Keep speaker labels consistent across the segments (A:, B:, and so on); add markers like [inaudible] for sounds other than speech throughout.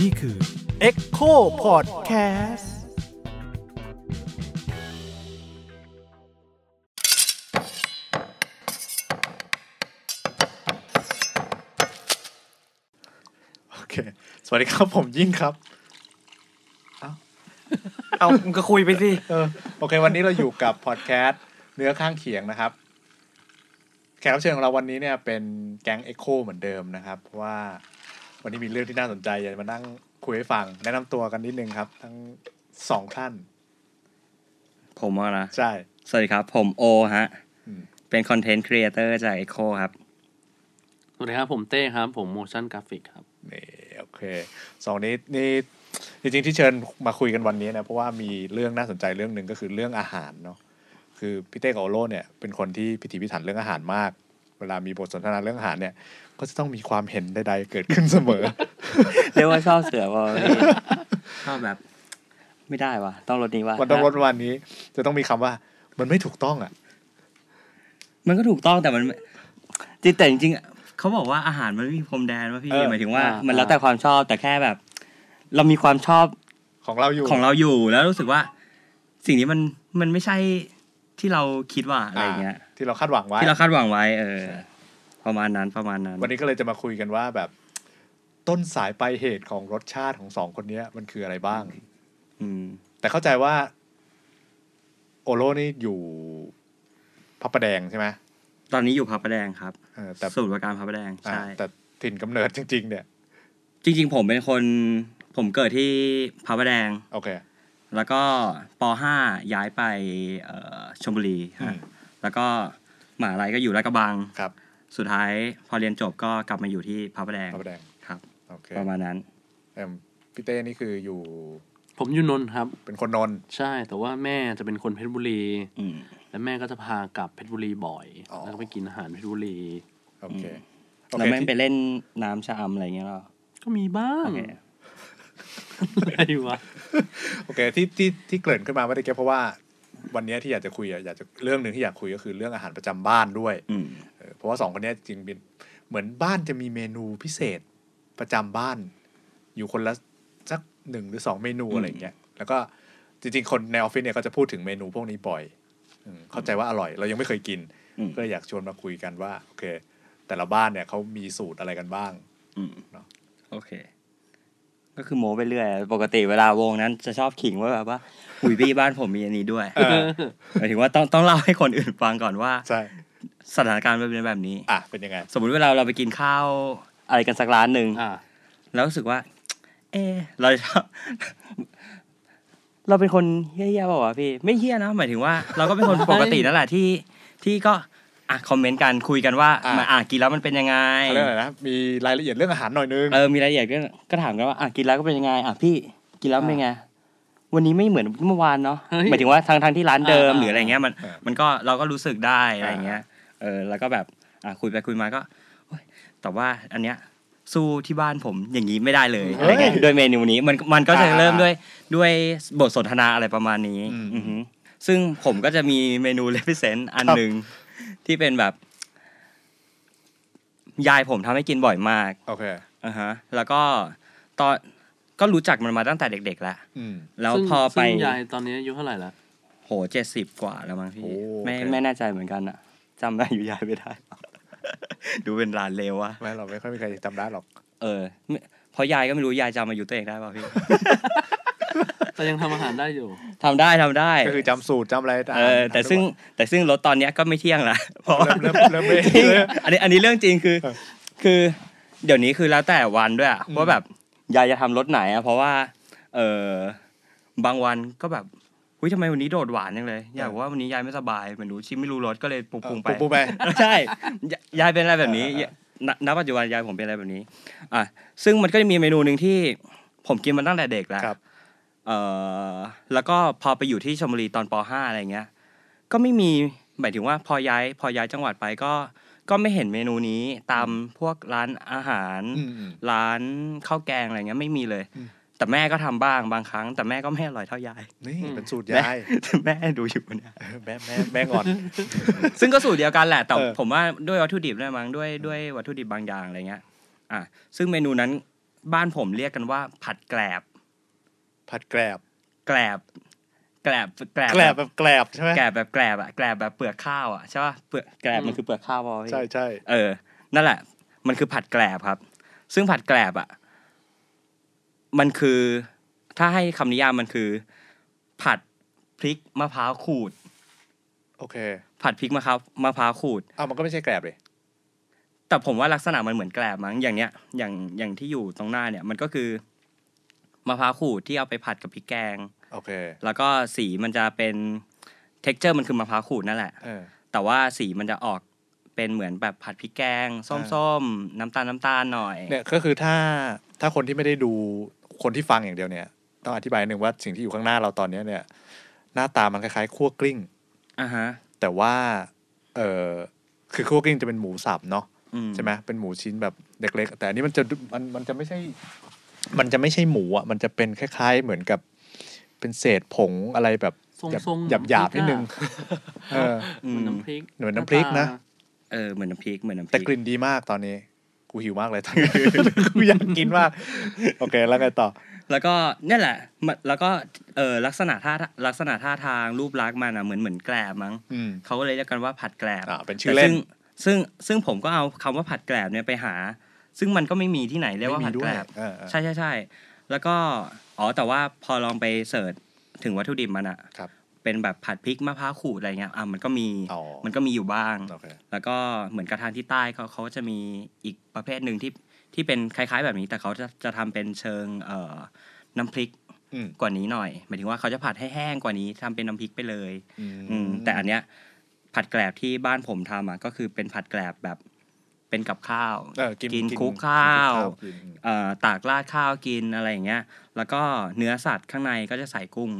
A: นี่คือ Echo Podcast
B: โอเค สวัสดีครับผมยิ่งครับ
C: เอามึงก็คุยไปสิ
B: เออ โอเค วันนี้เราอยู่กับพอดแคสต์เนื้อข้างเคียงนะครับ แขกรับเชิญของเราวันนี้เนี่ยเป็นแก๊งเอ็กโคเหมือนเดิมนะครับ เพราะว่าวันนี้มีเรื่องที่น่าสนใจอยากจะมานั่งคุยให้ฟัง แนะนำตัวกันนิดนึงครับ ทั้งสองท่าน
C: ผมอะนะ
B: ใช่
C: สวัสดีครับ ผมโอฮะ
B: อืม
C: เป็นคอนเทนต์ครีเอเตอร์จาก Echo
B: [laughs]
C: ครับ
D: สวัสดีครับผมเต้ครับผมโมชั่นกราฟิกครับ
B: นี่โอเคสองนี้นี่จริงๆที่เชิญมาคุยกันวันนี้นะเพราะว่ามีเรื่องน่าสนใจเรื่องหนึ่งก็คือเรื่องอาหารเนาะคือพี่เต้กับโอโร่เนี่ยเป็นคนที่พิถีพิถันเรื่องอาหารมาก เวลามีบทสนทนาเรื่องอาหารเนี่ย ก็จะต้องมีความเห็นใดๆเกิดขึ้นเส
C: [laughs]
B: มอ
C: เรียกว่าชอบเสือบอล
B: [laughs]
C: ชอบแบบ ไม่ได้ว่ะ ต้องรถนี้ว่ะ
B: วันต้องรถวันนี้ จะต้องมีคำว่ามันไม่ถูกต้องอ่ะ
C: มันก็ถูกต้องแต่มันจริงแต่จริงๆเขาบอกว่าอาหารมันไม่มีพรมแดนว่าพี่
B: เออ
C: หมายถึงว่า
D: อ่ามั
C: มันแล้วแต่ความชอบแต่แค่แบบ เรามีความชอบ
B: ของเราอยู่
C: ของเราอยู่แล้วรู้สึกว่า สิ่งนี้มันมันไม่ใช่ที่เราคิดว่าอะไรอย่างเงี้ย
B: ที่เราคาดหวังไว้
C: ที่เราคาดหวังไว้ เออ
B: ใช่
C: ประมาณนั้นประมาณนั้น
B: วันนี้ก็เลยจะมาคุยกันว่าแบบต้นสายปลายเหตุของรสชาติของสองคนเนี้ยมันคืออะไรบ้าง
C: อืม
B: แต่เข้าใจว่า โอโลนี่อยู่พระประแดงใช่ไหม
C: ตอนนี้อยู่พระประแดงครับ
B: เออแต่
C: สูตรประการพระประแดง
B: อ่า
C: ใช่
B: แต่ถิ่นกำเนิดจริง ๆ เนี่ย
C: จริง ๆ ผมเป็นคนผมเกิดที่พระประแดง
B: โอเค
C: แล้วก็ป .5 ย้ายไปเอ่อชลบุรี
B: อื
C: ฮะ
B: ม
C: แล้วก็มหาลัยก็อยู่ราชกระบัง
B: ครับ
C: สุดท้ายพอเรียนจบก็กลับมาอยู่ที่พระประแดง
B: พระประแดง
C: ครับ
B: โอเค
C: ประมาณนั้น
B: เอิ่มพี่เต้นี่คืออยู่
D: ผมอยูนนท์ครับ
B: เป็นคนนนท์
D: ใช่แต่ว่าแม่จะเป็นคนเพชรบุรี
C: อืม
D: และแม่ก็จะพากลับเพชรบุรีบ่อย แล้วก็ไปกินอาหารเพชรบุรี
B: โอเค
C: อืม
B: โอ
C: เรา
B: เค
C: ไม่งไป
B: ที่
C: เล่นน้ำชะอำอะไรเงี้ยหรอ
D: ก็มีบ้าง
C: โอเค
D: อะไรวะ
B: โอเคที่ที่ที่เกริ่นขึ้นมาเมื่อกี้เพราะว่า วันเนี้ยที่อยากจะคุยอะอยากจะเรื่องหนึ่งที่อยากคุยก็คือเรื่องอาหารประจำบ้านด้วย
C: อืม
B: เออเพราะว่าสองคนเนี้ยจริงๆเป็นเหมือนบ้านจะมีเมนูพิเศษประจำบ้าน อยู่คนละสักหนึ่งหรือสองเมนูอะไรอย่างเงี้ย แล้วก็จริงๆ คนในออฟฟิศเนี่ยก็จะพูดถึงเมนูพวกนี้บ่อยอืมเข้าใจว่าอร่อย เรายังไม่เคยกิน
C: อืม
B: ก็เลยอยากชวนมาคุยกันว่า โอเค แต่ละบ้านเนี่ยเขามีสูตรอะไรกันบ้าง
C: อืม
B: เนอะ
C: โอเค ก็คือโม้ไปเรื่อยปกติเวลาวงนั้นจะชอบขิงว่าแบบว่า [laughs] อุยพี่บ้านผมมีอันนี้ด้วย
B: เออ
C: หมายถึงว่าต้องต้องเล่าให้คนอื่นฟังก่อนว่า
B: ใช่
C: สถานการณ์มันเป็นแบบนี้
B: อ่ะเป็นยังไง
C: สมมุติเวลาเราไปกินข้าว อะไรกันสักร้านหนึ่ง
D: อ่า
C: แล้วรู้สึกว่า เออเราจะช [laughs] อบ เราเป็นคนเฮี้ยๆเปล่าวะพี่ ไม่เฮี้ยนะหมายถึงว่า เราก็เป็น
B: [laughs]
C: คนปกตินั่นแหละที่ที่ก็อ่ะคอมเมนต์กันคุยกันว่า
B: อ่ะ
C: มันอ่ะกินแล้วมันเป็นยังไง
B: เขาเรื่องอะไรนะมีรายละเอียดเรื่องอาหารหน่อยนึง
C: เออมีรายละเอียดก็ก็ถามกันว่าอ่ะกินแล้วก็เป็นยังไงอ่ะพี่กินแล้วเป็นยังไงวันนี้ไม่เหมือนเมื่อวานเนาะหมายถึงว่าทางทางที่ร้านเดิมหรืออะไรเงี้ยมัน มันก็เราก็รู้สึกได้อะไรเงี้ย เออ แล้วก็แบบอ่ะคุยไปคุยมาก็โอ๊ยแต่ว่าอันเนี้ยสู้ที่บ้านผมอย่างนี้ไม่ได้เลยอะไรเงี้ยด้วยเมนูนี้มันมันก็จะเริ่มด้วยด้วยบทสนทนาอะไรประมาณนี้อือฮึซึ่งผมก็จะมีเมนูเล p ิเซนต์อันหนึ่งที่เป็นแบบ ยายผมทำให้กินบ่อยมาก
B: โอเค
C: อ่ะฮะ แล้วก็ตอนก็รู้จักมันมาตั้งแต่เด็กๆแล้ว
B: อืม
C: แล้ว
D: ซึ่ง
C: พอไป
D: ซึ่งยายตอนนี้อายุเท่าไหร่ละ
C: โหเจ็ดสิบกว่าแล้วมั้งพี่
B: โอ้
C: ไม่
B: โอเค
C: ไม่แน่ใจเหมือนกันอะจำอายุยายไม่ได้ [laughs] ดูเป็นหลานเลววะ
B: ไม่เราไม่ค่อยมีใครจำได้หรอก
C: เออไม่เพราะยายก็ไม่รู้ยายจำอายุตัวเองได้เปล่าพี่
D: แต่ยังทำอาหารได้อยู่
C: ทำได้ทำได้
B: ก็คือจำสูตรจำอะไราหาร
C: เออ แต่ซึ่งแต่ซึ่งรถตอนเนี้ยก็ไม่เที่ยงละ [laughs] เพราะว่า
B: เริ่มเริ่มเริ่มเริ่ม
C: จริง
B: เริ่ม
C: อันนี้อันนี้เรื่องจริงคือ
B: เออ
C: คือ เดี๋ยวนี้คือแล้วแต่วันด้วยอะ
B: อืม
C: ว่าแบบยายจะทำรถไหนอะเพราะว่า เออบางวันก็แบบหุ้ยทำไมวันนี้โดดหวานจังเลยอยากว่าวันนี้ยายไม่สบายไม่รู้ชิมไม่รู้รสก็เลยปรุงปรุงไป
B: เออปรุงไป
C: ใช่ [laughs] ยายายเป็นอะไรแบบนี้
B: เออเออ
C: ณณปัจจุบันยายผมเป็นอะไรแบบนี้ อ่ะซึ่งมันก็จะมีเมนูหนึ่งที่ผมกินมาตั้งแต่เด็กแล้ว
B: ครับ
C: เอ่อแล้วก็พอไปอยู่ที่ชลบุรีตอนป .5 อะไรเงี้ย ก็ไม่มีหมายถึงว่าพอย้ายพอย้ายจังหวัดไปก็ก็ไม่เห็นเมนูนี้ตามพวกร้านอาหาร
B: อืมอืม
C: ร้านข้าวแกงอะไรเงี้ยไม่มีเลย
B: อืม
C: แต่แม่ก็ทำบ้างบางครั้ง แต่แม่ก็ไม่อร่อยเท่ายาย [laughs]
B: นี่เป็นสูตร
C: แม่
B: ยาย
C: แม่ดูอยู่เนี่ย
B: แม่แม่แม่งอน
C: ซึ่งก็สูตรเดียวกันแหละแต่
B: เออ
C: ผมว่าด้วยวัตถุดิบด้วยมั้งด้วยด้วยวัตถุดิบบางอย่างอะไรเงี้ย อ่ะซึ่งเมนูนั้นบ้านผมเรียกกันว่า ผัดแกลบ
B: ผัดแกลบ
C: แกลบ แกลบแกลบ
B: แกลบแบบแกลบใช่ไหม
C: แกลบแบบแกลบอะแกลบแบบเปลือกข้าวอะใช่ป่ะเปลือกแกลบมันคือเปลือกข้าวบอย
B: ใช่ใช่
C: เออ นั่นแหละ มันคือผัดแกลบครับ ซึ่งผัดแกลบอะมันคือ ถ้าให้คำนิยามมันคือ ผัดพริกมะพร้าวขูด
B: โอเค
C: ผัดพริกมะพร้าวมะพร้าวขูด
B: อ้าวมันก็ไม่ใช่แกลบเลย
C: แต่ผมว่าลักษณะมันเหมือนแกลบมั้งอย่างเนี้ยอย่างอย่างที่อยู่ตรงหน้าเนี่ย มันก็คือมะพร้าวขูดที่เอาไปผัดกับพริกแกง
B: โอเค
C: แล้วก็สีมันจะเป็น t e x t อร์มันคือมะพร้าวขูดนั่นแหละ
B: เออ
C: แต่ว่าสีมันจะออกเป็นเหมือนแบบผัดพริกแกง ส้ม
B: อ่
C: ๆ น้ำตาลน้ำตาลหน่อย
B: เนี่ยก็คือถ้าถ้าคนที่ไม่ได้ดูคนที่ฟังอย่างเดียวเนี่ย ต้องอธิบายหนึ่งว่าสิ่งที่อยู่ข้างหน้าเราตอนเนี้ยเนี่ย หน้าตามันคล้ายๆคั่วกลิ้ง
C: อ่ะฮะ
B: แต่ว่าเออคือคั่วกลิ้งจะเป็นหมูสับเนาะ
C: อื
B: ใช่ไหมเป็นหมูชิ้นแบบเล็กๆ แต่อันนี้มันจะดูมันมันจะไม่ใช่ มันจะไม่ใช่หมูอ่ะ มันจะเป็นคล้าย ๆ เหมือนกับ เป็นเศษผงอะไรแบบ
D: ทรง
B: หยาบ
D: ทรง
B: หยาบหยาบๆนิดนึง เออ
C: อื
D: เหมือน
C: ม
D: น้ำพริก
B: เหมือนน้ำพริกนะ
C: เออเหมือนน้ำพริกเหมือนน้ำพ
B: แต่
C: ริก
B: กลิ่นดีมากตอนนี้ กูหิวมากเลยตอนนี้ [laughs] กูอยากกินมาก โอเค แล้วไงต่อ
C: แล้วก็เนี่ยแหละมันแล้วก็เออลักษณะท่าลักษณะท่าทางรูปลักษณ์มันอ่ะเหมือนเหมือนแกลบมั้ง
B: อืม
C: เขาก็เลยเรียกกันว่าผัดแกลบ
B: อ่าเป็นชื่อเล่น
C: แต่ซึ่งซึ่งซึ่งผมก็เอาคำว่าผัดแกลบเนี่ยไปหา ซึ่งมันก็ไม่มีที่ไหนเรียกว่าผัดแกลบ
B: ไม่มีด้วยเออเออ
C: ใช่ใช่ใช่แล้วก็อ๋อแต่ว่าพอลองไปเสิร์ชถึงวัตถุดิบมันอะ
B: ครับ
C: เป็นแบบผัดพริกมะพร้าวขูดอะไรเงี้ยอ่ะมันก็มี
B: อ๋อ
C: มันก็มีอยู่บ้าง
B: โอเค
C: แล้วก็เหมือนกระทางที่ใต้เขาเขาจะมีอีกประเภทหนึ่งที่ที่เป็นคล้าย ๆ แบบนี้ แต่เขาจะจะทำเป็นเชิงเอ่อน้ำพริก
B: อืม
C: กว่านี้หน่อยหมายถึงว่าเขาจะผัดให้แห้งกว่านี้ทำเป็นน้ำพริกไปเลย
B: อื
C: อื
B: ม
C: มแต่อันเนี้ยผัดแกลบที่บ้านผมทำอ่ะก็คือเป็นผัดแกลบแบบเป็นกับข้าว
B: เออกิน
C: คลุกข้าว
B: กินอืม
C: เอ่อตากราดข้าวกินอะไรอย่างเงี้ย แล้วก็เนื้อสัตว์ข้างในก็จะใส่กุ้ง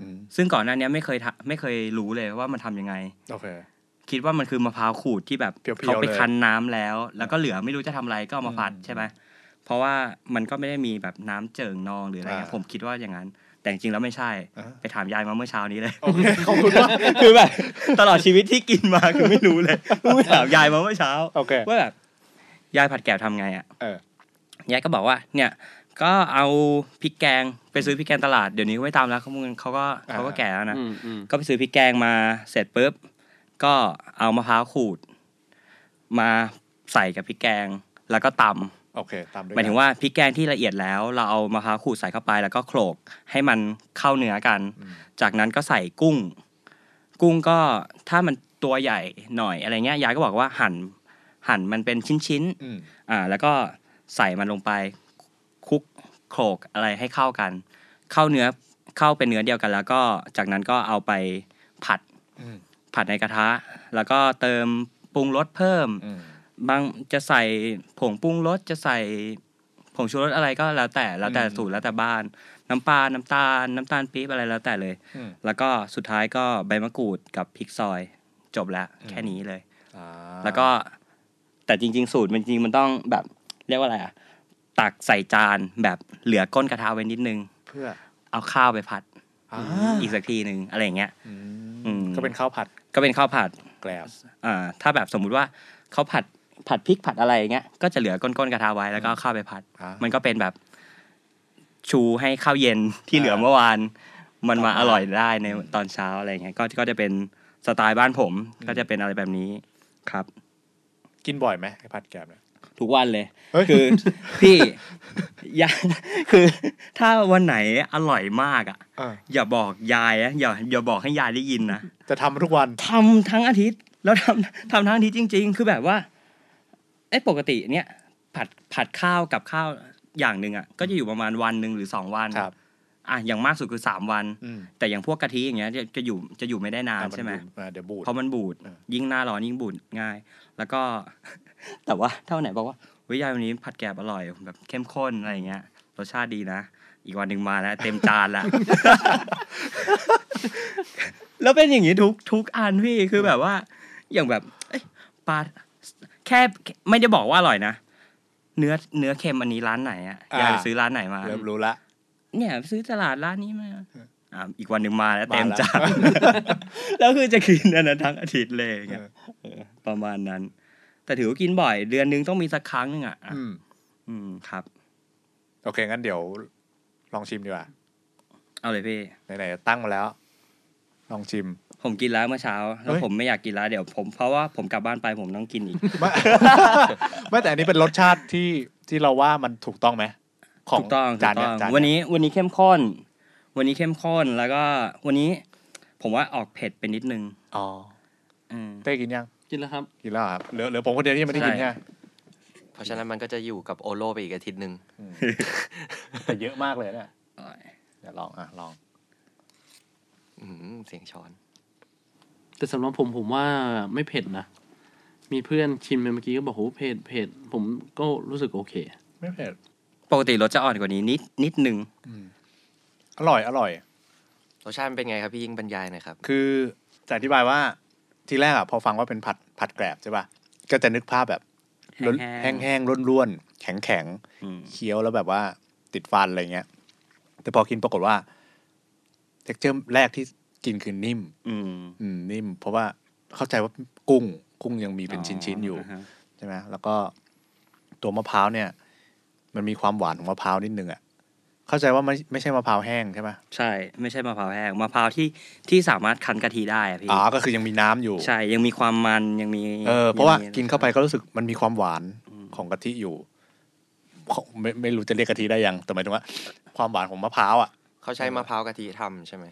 B: อืม
C: ซึ่งก่อนหน้าเนี้ยไม่เคยทะไม่เคยรู้เลยว่ามันทำยังไง
B: โอเค
C: คิดว่ามันคือมะพร้าวขูดที่แบบ
B: เพียวๆ
C: เขาไป
B: เลย
C: คั้นน้ำแล้ว แล้วก็เหลือไม่รู้จะทำอะไรก็เอามาผัดใช่ไหมเพราะว่ามันก็ไม่ได้มีแบบน้ำเจิ่งนองหรืออะไรเงี้ยผมคิดว่าอย่างนั้น แต่จริงๆแล้วไม่ใช่
B: อ่ะ
C: ไปถามยายมาเมื่อเช้านี้เลย
B: โอเค [laughs] ขอบคุณมาก
C: [laughs] คือแบบตลอดชีวิตที่กินมาคือไม่รู้เลยเพิ่งไปถามยายมาเมื่อเช้า
B: โอเค
C: ว่าแบบยายผัดแกบทำไงอ่ะ
B: เออ
C: ยายก็บอกว่า เนี่ย ก็เอาพริกแกงไปซื้อพริกแกงตลาดเดี๋ยวนี้ก็ไม่ตามแล้วเขาเขาก็
B: อ่า
C: เขาก็แก่แล้วนะ
D: อืมอืม
C: ก็ไปซื้อพริกแกงมาเสร็จปุ๊บก็เอามะพร้าวขูด มาใส่กับพริกแกงแล้วก็ตำ
B: โอเค ตามด้วย
C: หมายถึงว่าพริกแกงที่ละเอียดแล้ว เราเอามะพร้าวขูดใส่เข้าไปแล้วก็โขลกให้มันเข้าเนื้อกัน
B: อืม
C: จากนั้นก็ใส่กุ้ง กุ้งก็ถ้ามันตัวใหญ่หน่อยอะไรเงี้ยยายก็บอกว่าหั่นหั่นมันเป็นชิ้น
B: อืม
C: ๆอ่า แล้วก็ใส่มันลงไปคลุกโขลกอะไรให้เข้ากัน เข้าเนื้อเข้าเป็นเนื้อเดียวกันแล้วก็จากนั้นก็เอาไปผัด
B: อืม
C: ผัดในกระทะ แล้วก็เติมปรุงรสเพิ่ม
B: อืม
C: บางจะใส่ผงปรุงรสจะใส่ผงชูรสอะไรก็แล้วแต่แล้วแต่
B: อืม
C: สูตรแล้วแต่บ้าน น้ำปลาน้ำตาล น้ำตาลปี๊บอะไรแล้วแต่เลย
B: อืม
C: แล้วก็สุดท้ายก็ใบมะกรูดกับพริกซอย จบแล้วแค่นี้เลย
B: อ่า
C: แล้วก็แต่จริง ๆ สูตรมันจริงๆมันต้องแบบเรียกว่าอะไรอ่ะตักใส่จานแบบเหลือก้นกระทะไว้นิดนึง
B: เพื่อ
C: เอาข้าวไปผัด
B: อ่า
C: อีกสักทีหนึ่งอะไรอย่างเงี้ย
B: อื
C: อื
B: ม
C: ม
B: ก็เป็นข้าวผัด
C: ก็เป็นข้าวผัด
B: แกลบ
C: อ่าถ้าแบบสมมุติว่าเขาผัดผัดพริกผัดอะไรอย่างเงี้ยก็จะเหลือก้นก้นๆกระทะไว้แล้วก็เอาข้าวไปผัด
B: อ่ามั
C: มันก็เป็นแบบชูให้ข้าวเย็นที่เหลือ
B: อ่า
C: เมื่อวาน มันมาอร่อยได้ในตอนเช้าอะไรอย่างเงี้ยก็ก็จะเป็นสไตล์บ้านผม ก็จะเป็นอะไรแบบนี้ครับ
B: กินบ่อยไหมไอ้ผัดแกลบเนี่ย
C: ทุกวันเลย
B: เฮ้ย
C: คือ
B: [laughs]
C: พี่ [laughs] อย่า [laughs] คือถ้าวันไหนอร่อยมากอ่ะ
B: เออ
C: อย่าบอกยายนะอย่าอย่าบอกให้ยายได้ยินนะ
B: จะทำทุกวัน
C: ทำทั้งอาทิตย์แล้วทำทำทั้งอาทิตย์จริง ๆ คือแบบว่าไอ้ยปกติเนี่ย ผัดผัดข้าวกับข้าวอย่างหนึ่งอ่ะ ก็จะอยู่ประมาณวันหนึ่งหรือสองวัน
B: ครับ
C: อ่ะอย่างมากสุดคือสามวัน
B: อืม
C: แต่อย่างพวกกะทิอย่างเงี้ยจะจะอยู่จะอยู่ไม่ได้นานใช่ไหม
B: อ่าเดี๋ยวบูด
C: เพราะมันบูด
B: เออ
C: ยิ่งหน้าร้อนยิ่งบูดง่าย แล้วก็ [laughs] แต่ว่าเท่าไหนบอกว่าวิยายวันนี้ผัดแกบอร่อยแบบเข้มข้นอะไรอย่างเงี้ยรสชาติดีนะ อีกวันหนึ่งมาแล้ว เต็มจาน [laughs] ละแล้วเป็นอย่างนี้ทุกทุกอันพี่คือแบบว่า อย่างแบบเอ้ยปลาแค่ไม่ได้บอกว่าอร่อยนะเนื้อเนื้อเค็มอันนี้ร้านไหนอะยายไปซื้อร้านไหนมา
B: เริ่มรู้ละ
C: เนี่ยซื้อตลาดร้านนี้มาอ่าอีกวันหนึ่งมาแล้ว
B: มาแล้ว
C: เต็มจาน
B: [laughs]
C: แล้วคือจะกินอันนั้นทั้งอาทิตย์เลยอย่างเงี้ย
B: เออ
C: เออประมาณนั้น แต่ถือว่ากินบ่อย เดือนหนึงต้องมีสักครั้งหนึงอ่ะอ่ะ
B: อืม
C: ครับ
B: โอเค งั้นเดี๋ยวลองชิมดีกว่า
C: เอาเลยพี่
B: ไหนๆตั้งมาแล้ว ลองชิม
C: ผมกินแล้วเมื่อเช้า แล้ว
B: เฮ้ย
C: ผมไม่อยากกินแล้วเดี๋ยวผมเพราะว่าผมกลับบ้านไปผมต้องกินอีก
B: ไม่ ไม่แต่อันนี้เป็นรสชาติที่ที่เราว่ามันถูกต้องไหมของ
C: ถูกต้องถู
B: จาน
C: กต้
B: เนี้
C: อย ง
B: จาน
C: วัน
B: เนี้ย
C: นี้วันนี้เข้มข้น วันนี้เข้มข้นแล้วก็วันนี้ ผมว่าออกเผ็ดไปนิดนึง
B: อ๋อ
C: อืม
B: เต้กินยัง
D: กินแล้วครับ
B: กินแล้วเหรอครับเหลือเหลือผมคนเดียวที่ยังไม่ได้กิน
C: ใช่
B: ใช่ไหม
E: เพราะฉะนั้นมันก็จะอยู่กับโอโลไปอีกอาทิตย์หนึ่ง
B: แต่เยอะมากเลยเนี่ย
C: อร่อย
B: เดี๋ยวลองอ่ะลอง
E: อื้อหือเสียงช้อน
D: แต่สำหรับผมผมว่าไม่เผ็ดนะ มีเพื่อนชิมไปเมื่อกี้ก็บอกโหเผ็ดเผ็ดผมก็รู้สึกโอเค
B: ไม่เผ็ด
C: ปกติรสจะอ่อนกว่านี้นิดนิดนึง
B: อร่อยอร่อย
E: รสชาติมันเป็นไงครับพี่ยิ่งบรรยายหน่อยครับ
B: คือจะอธิบายว่าทีแรกอ่ะพอฟังว่าเป็นผัดผัดแกลบใช่ป่ะก็จะนึกภาพแบบล้น
C: แห้
B: แห้
C: ง
B: ง
C: ๆ
B: ๆร่วนๆแข็งแข็งๆ
C: อืม
B: เคี้ยวแล้วแบบว่าติดฟันอะไรเงี้ย แต่พอกินปรากฏว่า เท็กเจอร์แรกที่กินคือนิ่ม
C: อืม
B: อืมนิ่ม เพราะว่าเข้าใจว่ากุ้ง กุ้งยังมีเป็นชิ้นๆอยู่
C: าฮะ
B: ใช่ไหมแล้วก็ตัวมะพร้าวเนี่ย มันมีความหวานของมะพร้าวนิดนึงอ่ะเข้าใจว่าไม่ไม่ใช่มะพร้าวแห้งใช่ไหม
C: ใช่ ไม่ใช่มะพร้าวแห้งมะพร้าวที่ที่สามารถคั้นกะทิได้อะพี่
B: อ๋อก็คือยังมีน้ำอยู่
C: ใช่ยังมีความมันยังมี
B: เออเพราะว่า
C: ยังมี
B: กินเข้าไปก็รู้สึกมันมีความหวานของกะทิอยู่ [laughs] ของไม่ไม่รู้จะเรียกกะทิได้ยังแต่หมายถึงว่า ความหวานของมะพร้าว
C: [laughs]
B: อ่ะ
E: เขาใช้มะพร้าวกะทิทำใช่ไหม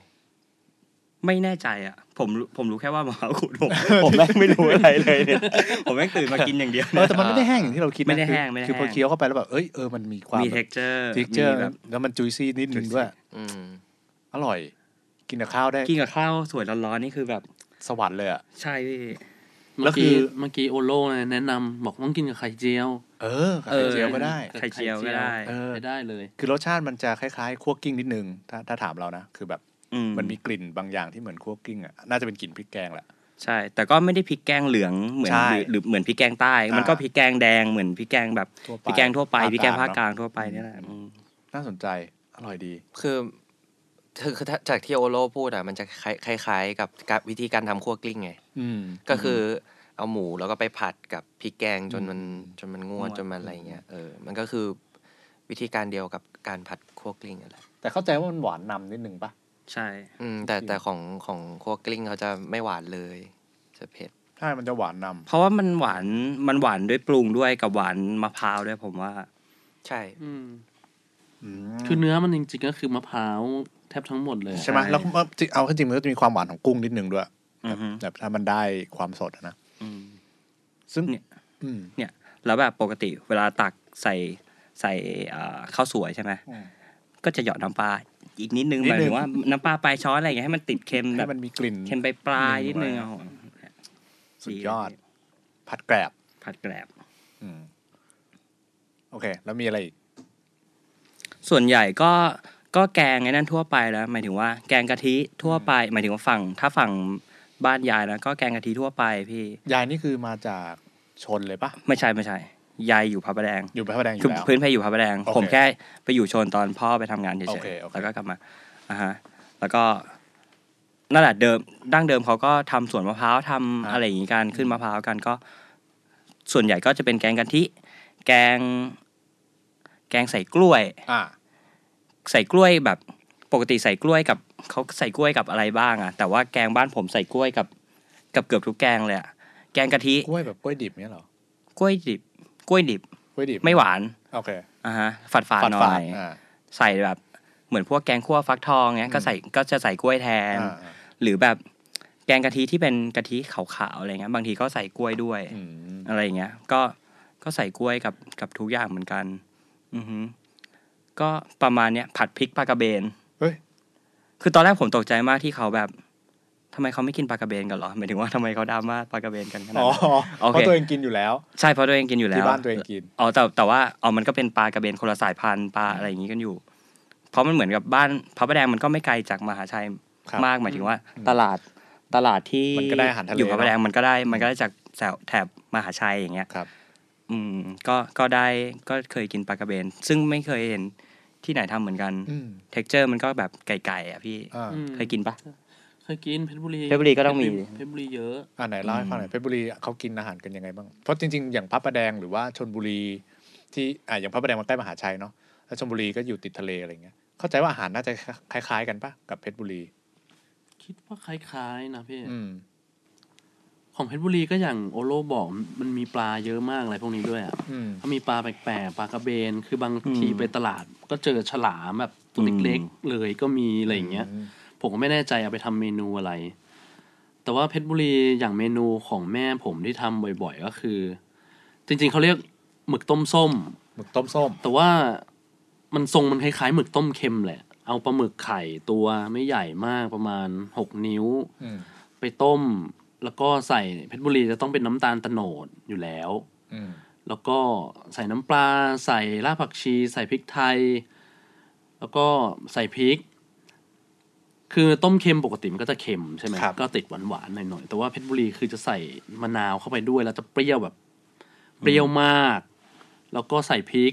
C: ไม่แน่ใจอ่ะ ผมรู้ผมรู้แค่ว่ามะพร้าวขูดผม ผมแม่งไม่รู้อะไรเลยเนี่ย ผมแม่งตื่นมากินอย่างเดียว
B: เออแต่มันไม่ได้แห้งอย่างที่เราคิดนะ
C: ไม่ได้แห้ง
B: คือ
C: ไม่ได้
B: คือพอ
C: แห้ง
B: เคี้ยวเข้าไปแล้วแบบเอ้ยเออมันมีความ
C: มี texture
B: ทิกเจอร์
C: มีแบบ
B: แล้วมันจุยซี่นิดนึงด้วย
E: อืม
B: อร่อย กินกับข้าวได้
C: กินกับข้าวสวยร้อนๆนี่คือแบบ
B: สวรรค์เลยอ่ะ
C: ใช่พี่
B: แล้
D: เมื่
B: ว
D: อ
B: คื
D: กี้
B: อ
D: เมื่อกี้โอโล่แนะนำบอกต้องกินกับไข่เจียว
B: เออกับไข่เจียวก็ได้
C: ไข่เจียวก็ได้
B: เออ
D: ไปได้เลย
B: คือรสชาติมันจะคล้ายๆคั่วกลิ้งนิดนึง ถ้าถ้าถามเรานะ คือแบบ
C: อื
B: มันมีกลิ่นบางอย่างที่เหมือนคั่วกลิ้งอ่ะน่าจะเป็นกลิ่นพริกแกงแหละ
C: ใช่ แต่ก็ไม่ได้พริกแกงเหลืองเหมือน
B: ใช่
C: หรือหรือเหมือนพริกแกงใต้
B: อ่ามั
C: มันก็พริกแกงแดงเหมือนพริกแกงแบบ
B: ทั่วไป
C: พริกแกงทั่วไป
B: ภาค
C: พริกแกงภาค
B: ก
C: ก
B: ลา
C: ลาง
B: เน
C: ง
B: อะ
C: ทั่วไป
B: อืม
C: นี่แหละอืม
B: น่าสนใจอร่อยดี
E: คือคือคือถ้าจากที่โอโลพูดอ่ะ มันจะคล้ายคล้ายๆกับกับวิธีการทำคั่วกลิ้งไง
B: อืม
E: ก็คือเอาหมูแล้วก็ไปผัดกับพริกแกงจนมันจนมันงวดจนมันอะไรเงี้ยเออ มันก็คือวิธีการเดียวกับการผัดคั่วกลิ้งนั่นแหละ
B: แต่เข้าใจว่ามันหวานนำนิดนึงปะ
C: ใช่
E: อืมแต่แต่ของของคั่วกลิ้งเขาจะไม่หวานเลย จะเผ็ด
B: ใช่มันจะหวานนำ
C: เพราะว่ามันหวานมันหวานด้วยปรุงด้วยกับหวานมะพร้าวด้วยผมว่า
E: ใช่
D: อืม
B: อืม
D: คือเนื้อมันจริงๆก็คือมะพร้าวแทบทั้งหมดเลย
B: ใช่ไหม
C: ใช่
B: แล้วก็เอาเข้าจริงมันก็จะมีความหวานของกุ้งนิดนึงด้วย
C: อือฮึ
B: แบบถ้ามันได้ความสดอะนะ
C: อืม
B: ซึ่ง
C: เนี่ย
B: อืม
C: เนี่ยแล้วแบบปกติเวลาตักใส่ใส่เอ่อข้าวสวยใช่ไหม
B: อืม
C: ก็จะหยอดน้ำปลาอีกนิดนึง
B: นิ
C: ห
B: ดนึง
C: มายถึงว่าน้ำปลาปลายช้อนอะไรอย่างเงี้ยให้มันติดเค็มแบ
B: ให้
C: บ
B: มันมีกลิ่น
C: เค็มไปปลายๆนิดนึงเอา
B: สุดยอด ผัดแกลบ
C: ผัดแกลบ
B: อืมโอเค แล้วมีอะไรอีก
C: ส่วนใหญ่ก็ก็แกงไอ้นั่นทั่วไปแล้ว หมายถึงว่าแกงกะทิทั่วไป หมายถึงว่าฝั่งถ้าฝั่งบ้านยายนะก็แกงกะทิทั่วไปพี่
B: ยายนี่คือมาจากชนเลยปะ
C: ไม่ใช่ไม่ใช่ยายอยู่พระประแดง
B: อยู่พระประแดงอ
C: คื
B: ยู่
C: อ
B: แล้ว
C: พื้นเพอยู่พระประแดง
B: โอเค
C: ผมแค่ไปอยู่ชนตอนพ่อไปทำงานเฉ
B: โอย เคโอ
C: ๆ
B: เค
C: แล้วก็กลับมาอ่ะฮะแล้วก็นั่นแหละเดิมดั้งเดิมเขาก็ทำสวนมะพร้าวทำอะไรอย่างงี้กันขึ้นมะพร้าวกันก็ ส่วนใหญ่ก็จะเป็นแกงกะทิแกง แกงใส่กล้วย
B: อ่า
C: ใส่กล้วยแบบปกติใส่กล้วยกับเขาใส่กล้วยกับอะไรบ้างอะแต่ว่าแกงบ้านผมใส่กล้วยกับ กับเกือบทุกแกงเลยอะแกงกะทิ
B: กล้วยแบบกล้วยดิบเนี่ยเหรอ
C: กล้วยดิบ กล้วยดิบ
B: กล้วยดิบ
C: ไม่หวาน
B: โอเค
C: อ่ะฮะฝาดฝาดๆหน่
B: ฝา
C: อ
B: ด
C: ย
B: ๆอ่า
C: ใส่แบบ เหมือนพวกแกงคั่วฟักทองเงี้
B: อื
C: ย
B: ม
C: ก็ใส่ก็จะใส่กล้วยแทน
B: อ่าอ่า
C: หรือแบบแกงกะทิที่เป็นกะทิขาวๆอะไรเงี้ยบางทีก็ใส่กล้วยด้วย
B: อืม
C: อะไรอย่างเงี้ย ก็ ก็ใส่กล้วยกับ กับทุกอย่างเหมือนกัน อือฮึก็ประมาณเนี้ย ผัดพริกปลากระเบน
B: เฮ้ย
C: คือตอนแรกผมตกใจมากที่เขาแบบทำไมเขาไม่กินปลากระเบนกันเหรอหมายถึงว่าทำไมเขาดราม่าปลากระเบนกันขนาด
B: อ๋อ
C: นั้น โอเค
B: เพราะตัวเองกินอยู่แล้ว
C: ใช่เพราะตัวเองกินอยู่แล้ว
B: ที่บ้านตัวเองกิน
C: อ๋อแต่แต่ว่าอ๋อมันก็เป็นปลากระเบนคนละสายพันธุ์ปลาอะไรอย่างนี้กันอยู่ เพราะมันเหมือนกับบ้านพระประแดงมันก็ไม่ไกลจากมหาชัย
B: ครับ
C: มากหมายถึงว่า ตลาดตลาดที่
B: มันก็ได้อาหารทะเล
C: อยู่พระประแดง
B: เนอะ
C: มันก็ได้มันก็ได้จากแถวแถบมหาชัยอย่างเงี้ย
B: ครับ
C: อืมก็ก็ได้ก็เคยกินปลากระเบน ซึ่งไม่เคยเห็นที่ไหนทำเหมือนกัน
B: อืม
C: texture มันก็แบบไก่ๆอ่ะพี่
B: อ่า
D: อืม
C: เคยกินปะ
D: เคยกินเพชรบุรี
C: เพชรบุรีก็ต้องมี
D: เพชรบุรีเยอะ
B: อ่าไหนเล่าให้ฟังหน่อยเพชรบุรีเขากินอาหารกันยังไงบ้าง เพราะจริงๆ อย่างพระประแดงหรือว่าชนบุรี ที่อ่ะอย่างพระประแดงมันใกล้มหาชัยเนาะแล้วชลบุรีก็อยู่ติดทะเลอะไรเงี้ยเข้าใจว่าอาหารน่าจะคล้ายๆกันปะกับเพชรบุรี
D: คิดว่าคล้ายๆนะพี่
B: อืม
D: ของเพชรบุรีก็อย่างโอโลบอกมันมีปลาเยอะมากอะไรพวกนี้ด้วยอ่ะ
B: อืม
D: ถ้ามีปลาแปลกๆปลากระเบน คือบาง
C: อืม
D: ทีไปตลาดก็เจอฉลามแบบตัวเล็ก
C: อืม
D: ๆเลยก็มีอะไรอย่างเงี้ย
B: อืม
D: ผมก็ไม่แน่ใจเอาไปทำเมนูอะไร แต่ว่าเพชรบุรีอย่างเมนูของแม่ผมที่ทำบ่อยๆ ก็คือ จริงๆเขาเรียกหมึกต้มส้ม
B: หมึกต้มส้ม
D: แต่ว่ามันทรงมันคล้ายๆหมึกต้มเค็มแหละ เอาปลาหมึกไข่ตัวไม่ใหญ่มากประมาณหกนิ้ว
B: อืม
D: ไปต้ม แล้วก็ใส่เพชรบุรีจะต้องเป็นน้ำตาลโตโนดอยู่แล้ว
B: อืม
D: แล้วก็ใส่น้ำปลา ใส่รากผักชี ใส่พริกไทย แล้วก็ใส่พริก คือต้มเค็มปกติมันก็จะเค็มใช่ไหม
B: ครับ
D: ก็ติดหวานๆหน่อยๆแต่ว่าเพชรบุรีคือจะใส่มะนาวเข้าไปด้วยแล้วจะเปรี้ยวแบบ เปรี้ยวมาก แล้วก็ใส่พริก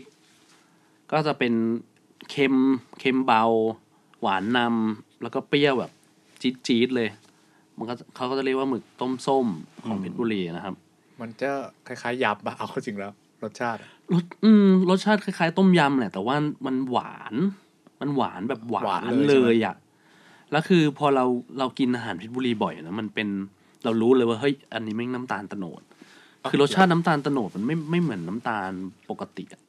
D: ก็จะเป็นเค็มเค็มเบา หวานนำแล้วก็เปรี้ยวแบบจี๊ดๆเลย มันก็เขาก็จะเรียกว่าหมึกต้มส้มของเพชรบุรีนะครับ
B: มันจะคล้ายๆยำอะเอาจริงแล้ว รสชาติ
D: รสอืมรสชาติคล้ายๆ ต้มยำแหละ แต่ว่ามันหวาน มันหวานแบบหวาน
B: หวานเลยใช่ไหม
D: เลยอ่ะแล้วคือพอเราเรากินอาหารเพชรบุรีบ่อยนะมันเป็นเรารู้เลยว่าเฮ้ยอันนี้แม่งน้ำตาลโตโนด คือรสชาติน้ำตาลโตโนดมันไม่ไม่เหมือนน้ำตาลปกติอะ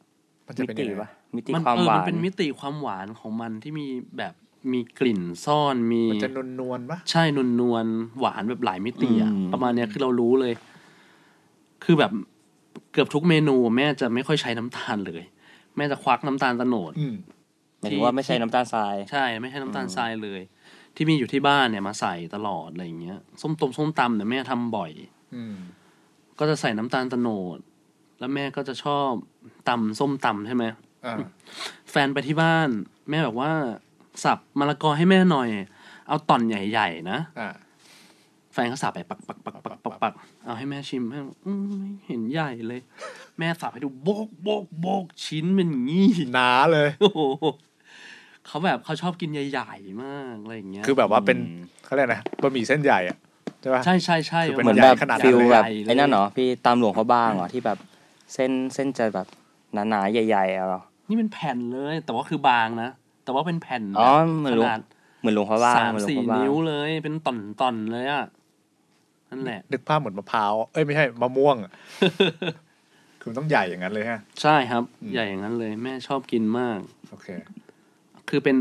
B: มันจะ
C: มิ
B: เป็น
C: ติ
B: ยังไง
C: ปะมิติ
D: มั
C: ความ
D: เออ
C: หวา
D: มัน เป็นมิติความหวานของมันที่มีแบบมีกลิ่นซ่อนมี
B: มันจะนวลๆปะ
D: ใช่นวลนวลๆหวานแบบหลายมิติอะ
C: อืม
D: ประมาณเนี้ยคือเรารู้เลย คือแบบเกือบทุกเมนูแม่จะไม่ค่อยใช้น้ำตาลเลย แม่จะควักน้ำตาลโตโนด
B: อืม
C: หมายถึงว่าไม่ใช่น้ำตาลทราย
D: ใช่ไม่ใช้น้ำตาลทรายเลย ที่มีอยู่ที่บ้านเนี่ยมาใส่ตลอดอะไรอย่างเงี้ยส้มตำส้มตำเนี่ยแม่ทำบ่อย
B: อืม
D: ก็จะใส่น้ำตาลโตโนด แล้วแม่ก็จะชอบตำส้มตำใช่ไหม
B: อ่า
D: แฟนไปที่บ้าน แม่แบบว่า สับมะละกอให้แม่หน่อย เอาต่อนใหญ่ๆนะ
B: อ่า
D: แฟนเขาสับไปปักปักปักปักปักปักเอาให้แม่ชิมแม่บอกอืมไม่เห็นใหญ่เลย แม่สับให้ดูโบกโบกโบกชิ้นเป็นอย่างงี้ [laughs]
B: หนาเลย
D: โอ้โหเขาแบบเขาชอบกินใหญ่ๆมากอะไรอย่างเงี้ย
B: คือแบบว่าเป็นเขาเรียกนะบะหมี่เส้นใหญ่อะใช่ปะ
D: ใช่ใช่ใช่
B: คือเป็
C: เหมือน
B: ใหญ่
C: แบบ
B: ขนาดนั้น
C: ฟิล
B: เลย
C: แบบไอ้นั่นเหรอพี่ตามหลวงเขาบ้างเหรอที่แบบเส้นเส้นจะแบบหนาๆใหญ่ๆอะเหรอ
D: นี่เป็นแผ่นเลย แต่ว่าคือบางนะแต่ว่าเป็นแผ่น
C: อ๋อ
D: ข
C: ไม่รู้
D: นาด
C: เหมือนหลวงเขาบ้าง
D: สาม
C: เหมือนหลวง
D: สี่
C: เขาบ้าง
D: นิ้วเลย เป็นต่อนต่อนๆเลยอ่ะนั่นแหละ
B: นึกภาพเหมือนมะพร้าว เอ้ยไม่ใช่มะม่วงอะคือมันต้องใหญ่อย่างนั้นเลยฮะ
D: ใช่ครับ
B: อืม
D: ใหญ่อย่างนั้นเลย แม่ชอบกินมาก
B: โอเค
D: คือเป็น